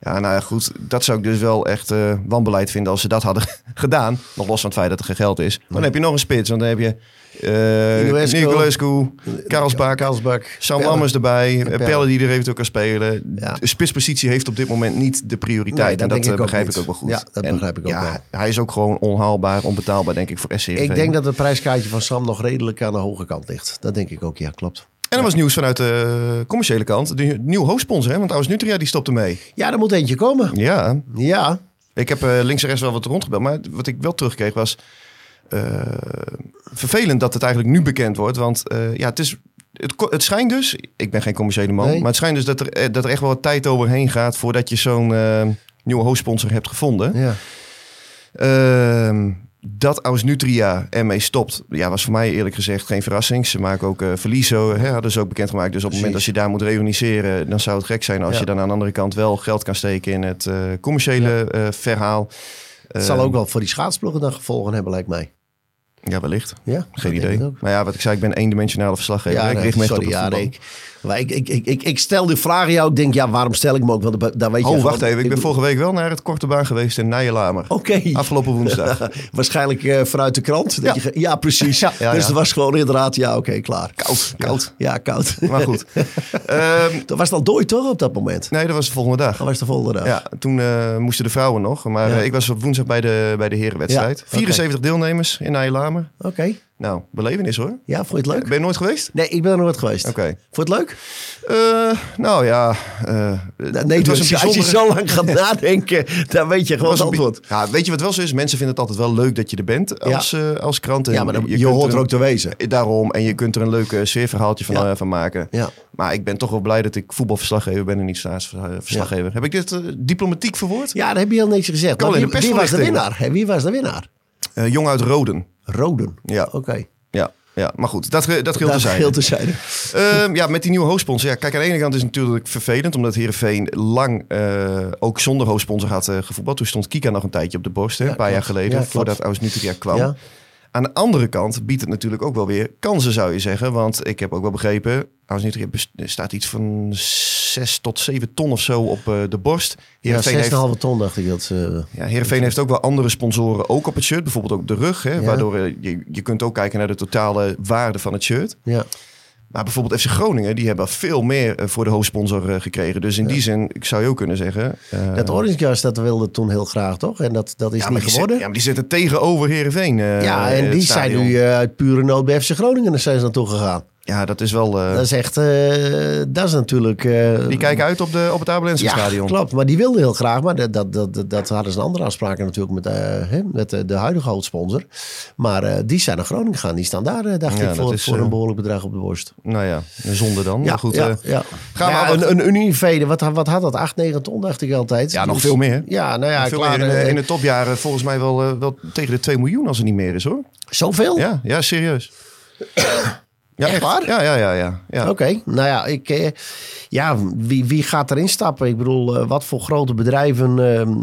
Ja, nou ja, goed, dat zou ik dus wel echt eh, wanbeleid vinden als ze dat hadden gedaan. Nog los van het feit dat er geen geld is. Maar dan heb je nog een spits, want dan heb je eh
Ionescu.
Nicolescu, Karlsbak,
Karlsbak.
Sam
Pelle.
Lammers erbij, eh,
Pelle.
Pelle die er eventueel kan spelen.
Ja.
De spitspositie heeft op dit moment niet de prioriteit.
Nee, dat
en dat
denk ik
eh,
ook
begrijp
niet.
ik ook wel goed.
Ja, dat
En
begrijp ik ook
ja,
wel.
Hij is ook gewoon onhaalbaar, onbetaalbaar denk ik voor SCRV.
Ik denk dat het prijskaartje van Sam nog redelijk aan de hoge kant ligt. Dat denk ik ook, ja, klopt.
En er was nieuws vanuit de commerciële kant. De nieuwe hoofdsponsor, hè? want Aus Nutria die stopte mee.
Ja, er moet eentje komen.
Ja,
Ja,
ik heb eh, links en rechts wel wat rondgebeld. Maar wat ik wel terugkreeg was... eh, vervelend dat het eigenlijk nu bekend wordt. Want eh, ja, het is... Het, ko- het schijnt dus, ik ben geen commerciële man,
Nee.
maar het schijnt dus dat er, eh, dat er echt wel wat tijd overheen gaat voordat je zo'n eh, nieuwe hoofdsponsor hebt gevonden.
ja.
Ehm, dat Ausnutria ermee stopt, ja, was voor mij eerlijk gezegd geen verrassing. Ze maken ook eh verliezen, hè, hadden ze ook bekendgemaakt. Dus op het moment dat
Precies.
je daar moet reuniseren, dan zou het gek zijn als
Ja.
je dan aan de andere kant wel geld kan steken in het eh, commerciële eh, verhaal.
het zal
Eh,
ook wel voor die schaatsploegen dan gevolgen hebben, lijkt mij.
Ja, wellicht.
Ja, dat
Geen
denk
idee.
ik ook.
Maar ja, wat ik zei, ik ben eendimensionale verslaggever. ik
nee,
richt me echt
sorry,
op het
ja,
voetbal.
nee, ik, maar ik, ik, ik, ik, ik stel die vraag aan jou. Ik denk, ja, waarom stel ik hem ook? Want daar weet je
Oh,
gewoon- Oh,
wacht even. Ik ben vorige week wel naar het korte baan geweest in Nijenlamer.
Oké.
Afgelopen woensdag.
Waarschijnlijk eh, vanuit de krant. Dat
Ja.
ja. Je, ge- ja, precies.
ja,
dus
ja.
dat was gewoon inderdaad, ja, oké, klaar.
Koud, koud.
Ja, koud.
Maar goed. Ehm,
dat was dan dooi toch op dat moment?
nee, dat was de volgende dag.
Dat was de volgende dag.
Ja, toen eh, moesten de vrouwen nog. Maar
Ja.
eh, ik was op woensdag bij de, bij de herenwedstrijd.
Ja, oké.
74 deelnemers in Nijlamer.
Oké.
Nou, belevenis hoor.
Ja, vond je het leuk?
Ben je nooit geweest?
Nee, ik ben er nooit geweest.
Oké.
Vond je het leuk?
Eh, nou ja. eh,
Nee,
het was een
dus als je
bijzondere...
zo lang gaat nadenken, dan weet je gewoon
was
het
een bi-
antwoord.
Ja, weet je wat wel zo is? Mensen vinden het altijd wel leuk dat je er bent als, eh, als krant. En
Ja, maar dan- je,
kunt
hoort er
een-
ook te wezen.
Daarom, en je kunt er een leuk eh, sfeerverhaaltje van,
Ja.
eh, van maken.
Ja.
Maar ik ben toch wel blij dat ik voetbalverslaggever ben en niet staatsverslaggever. Heb ik dit eh, diplomatiek verwoord?
Ja, daar heb je al niks gezegd.
Kan
Maar
wel
wie,
in de
wie was de
persberichten.
winnaar? Hè, Wie was de winnaar?
Eh, jong uit Roden.
Roden.
Ja.
Oké.
Ja, ja. maar goed, dat, ge- dat geldt
Dat dus.
te zijn.
scheelt te zijn.
Ehm, ja, met die nieuwe hoofdsponsor. Ja, kijk, aan de ene kant is het natuurlijk vervelend, omdat Heerenveen lang eh, ook zonder hoofdsponsor had eh, gevoetbald. Toen stond Kika nog een tijdje op de borst, hè, een paar
klopt.
jaar geleden,
Ja,
voordat
klopt.
Aus Nutria kwam.
Ja.
Aan de andere kant biedt het natuurlijk ook wel weer kansen, zou je zeggen. Want ik heb ook wel begrepen, Aus Nutria bes- staat iets van 6 tot 7 ton of zo op eh, de borst.
Ja,
Heerenveen heeft
6,5 ton dacht ik dat ze...
ja, Heerenveen heeft ook wel andere sponsoren ook op het shirt. Bijvoorbeeld ook de rug. Hè,
Ja.
Waardoor eh, je, je kunt ook kijken naar de totale waarde van het shirt.
Ja.
Maar bijvoorbeeld FC Groningen, die hebben veel meer eh, voor de hoofdsponsor eh, gekregen. Dus in die zin, ik zou je ook kunnen zeggen... eh,
Dat Orange Gas, dat wilde toen heel graag, toch? En dat, dat is
ja, maar
niet
die
geworden.
zit- ja, maar die zitten tegenover Heerenveen. eh,
Ja, en
het
die zijn
stadion.
nu eh, uit pure nood bij FC Groningen er zijn ze naartoe gegaan.
Ja, dat is wel... eh,
Dat is echt, eh, dat is natuurlijk... eh,
die kijken uit op, de, op het Abelense
ja,
stadion.
klopt. Maar die wilden heel graag. Maar dat, dat, dat, dat hadden ze een andere afspraken natuurlijk met, eh, hè, met de, de huidige hoofdsponsor. Maar eh, die zijn naar Groningen gegaan. Die staan daar, eh, dacht
Ja,
ik,
dat
voor,
is,
voor
eh,
een behoorlijk bedrag op de borst.
Nou ja, zonde dan. maar goed,
ja,
eh,
ja.
gaan we
Ja,
maar wat-
een, een Univede, wat, wat had dat? 8, 9 ton dacht ik altijd.
Ja, nog veel meer.
Ja, nou ja,
veel
klaar.
meer in,
eh,
de- in de topjaren volgens mij wel, eh, wel tegen de 2 miljoen als het niet meer is hoor.
Zoveel?
Ja, ja serieus. Ja,
Echt waar?
Ja, ja, ja. ja, ja.
Oké, nou ja, ik, eh, ja wie, wie gaat erin stappen? Ik bedoel, eh, wat voor grote bedrijven... ehm,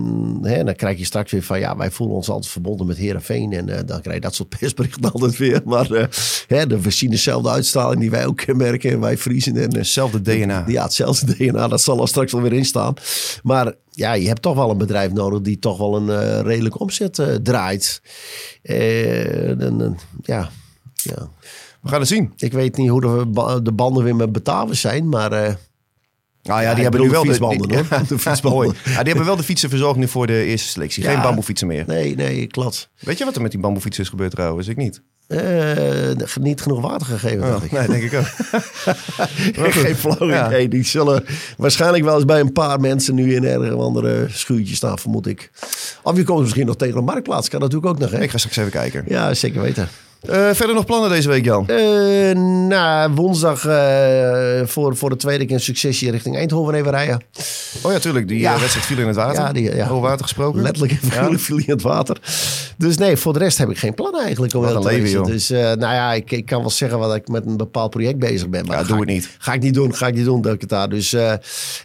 hè, dan krijg je straks weer van... ja, wij voelen ons altijd verbonden met Herenveen En eh, dan krijg je dat soort persberichten altijd weer. Maar eh, hè, de- we zien dezelfde uitstraling die wij ook merken. En wij vriezen en... eh,
Hetzelfde DNA.
ja, hetzelfde DNA, dat zal er straks wel weer in staan. Maar ja, je hebt toch wel een bedrijf nodig die toch wel een eh, redelijke omzet eh, draait. Eh, en, eh, ja, ja,
We gaan het zien.
ik weet niet hoe de, ba- de banden weer met betalen zijn, maar eh,
Nou ja,
ik
die hebben
bedoel
nu wel
de
de
fietsbanden,
die-
hoor.
Ja,
De fietsbanden.
mooi. Ja, die hebben wel de fietsenverzorgd nu voor de eerste selectie. Geen
Ja.
bamboefietsen meer.
nee, nee, klopt.
Weet je wat er met die bamboefietsen is gebeurd trouwens? Ik niet.
Eh, niet genoeg water gegeven, dacht ik.
nee, denk ik ook.
Geen flauw
Oh. Ja.
idee. Die zullen waarschijnlijk wel eens bij een paar mensen nu in erg andere schuurtje staan, vermoed ik. Of je komt ze misschien nog tegen een marktplaats. Kan natuurlijk ook nog, hè?
Ik ga straks even kijken.
Ja, zeker weten.
Eh, verder nog plannen deze week, Jan?
Eh, nou, woensdag eh, voor, voor de tweede keer een successie richting Eindhoven even rijden.
Oh ja, tuurlijk. Die
Ja.
eh, wedstrijd viel in het water.
Ja, die- eh, ja.
Over water gesproken.
Letterlijk en figuurlijk viel hij in het water. Dus nee, voor de rest heb ik geen plannen eigenlijk. Om
Wat
heel
een
te
leven,
wezen.
joh.
Dus eh, nou ja, ik, ik kan wel zeggen wat ik met een bepaald project bezig ben. Maar
Ja,
dat
doe
ga
het
ik-
niet.
Ga ik niet doen, ga ik niet doen, dat ik het daar. Dus eh,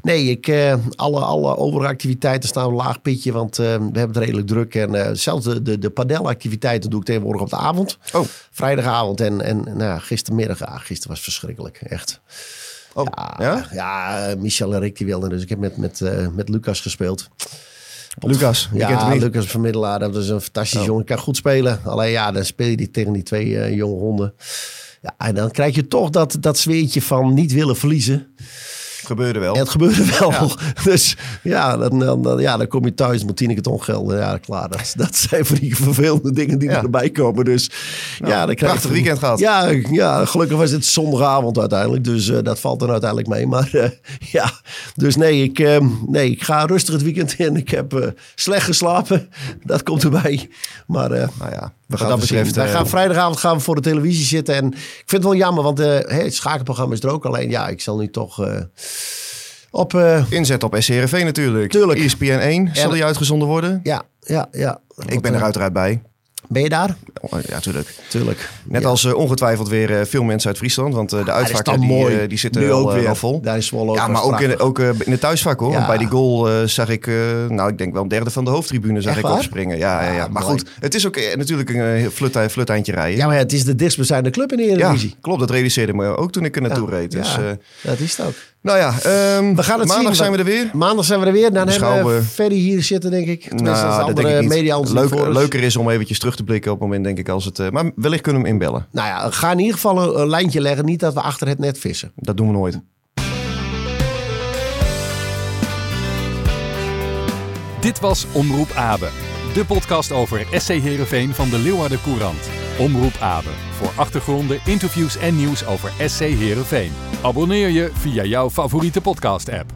nee, ik, eh, alle, alle overige activiteiten staan op een laag pitje. Want eh, we hebben het redelijk druk. En eh, zelfs de, de, de padelactiviteiten doe ik tegenwoordig op de avond.
Oh.
Vrijdagavond en, en nou, ja, gistermiddag. Ah, gisteren was verschrikkelijk, echt.
Oh, ja?
Ja, ja, eh, Michel en Rick die wilden. Dus ik heb met, met, eh, met Lucas gespeeld.
Lucas, je kent hem
Ja,
niet. Oh.
Lucas Vermiddelaar, dat is een fantastisch jongen. Kan goed spelen. Alleen ja, dan speel je die tegen die twee eh, jonge honden. Ja, en dan krijg je toch dat, dat zweertje van niet willen verliezen.
Gebeurde wel.
En het gebeurde wel. Dus ja dan, dan, dan- ja, dan kom je thuis, moet Tineke het ongelden. Ja, klaar. Dat, dat zijn van die vervelende dingen die
Ja.
erbij komen. Dus ja, dan krijg
prachtig
je-
weekend gehad.
Ja, ja, gelukkig was het zondagavond uiteindelijk. Dus eh, dat valt er uiteindelijk mee. Maar eh, ja, dus nee ik, eh, nee, ik ga rustig het weekend in. Ik heb eh, slecht geslapen. Dat komt erbij. Maar eh,
Nou ja,
we
wat
gaan,
dat betreft...
wij
eh,
gaan vrijdagavond gaan we voor de televisie zitten. En ik vind het wel jammer, want eh, hè, het schakelprogramma is er ook. Alleen ja, ik zal nu toch eh, op... eh,
Inzet op SCRV natuurlijk. E
Tuurlijk.
ESPN 1 zal
En-
die uitgezonden worden.
ja, ja, ja. eh,
Ik ben er uiteraard bij.
Ben je daar?
Oh, Ja, tuurlijk.
Tuurlijk.
Net als eh, ongetwijft weer eh, veel mensen uit Friesland. Want eh, de
Ah, dat is
uitvakken
dan
die,
mooi.
eh, die zitten
Nu
wel,
ook
eh,
weer.
wel vol.
Daar is Zwolle ook
Ja,
wel
maar ook, in,
prachtig.
ook eh, in het thuisvak hoor.
Ja.
Want bij die goal eh, zag ik, eh, nou ik denk wel een derde van de hoofdtribune zag
Echt
ik
waar? Ah,
opspringen. Ja, ja, ja. Maar
mooi.
goed, het is ook eh, natuurlijk een eh, flut, fluteindje rijden.
Ja, maar ja, het is de dichtstbijzijnde club in de
Ja,
Eredivisie.
klopt. Dat realiseerde ik me ook toen ik er naartoe reed. Dus,
ja,
eh,
dat is het ook.
nou ja, ehm,
We gaan het
maandag
zien.
zijn we er weer.
Maandag zijn we er weer. Dan hebben we
Schouwen.
Ferry hier zitten, denk ik. Tenminste,
Nou,
dat is
dat
de
denk ik
andere
niet.
media
Leuk- Leuker is om eventjes terug te blikken op het moment, denk ik, als het... eh, maar wellicht kunnen we hem inbellen.
Nou ja, ga in ieder geval een, een lijntje leggen. Niet dat we achter het net vissen.
Dat doen we nooit.
Dit was Omroep Abe, de podcast over SC Heerenveen van de Leeuwarden Courant. Omroep Abe. Voor achtergronden, interviews en nieuws over SC Heerenveen. Abonneer je via jouw favoriete podcast-app.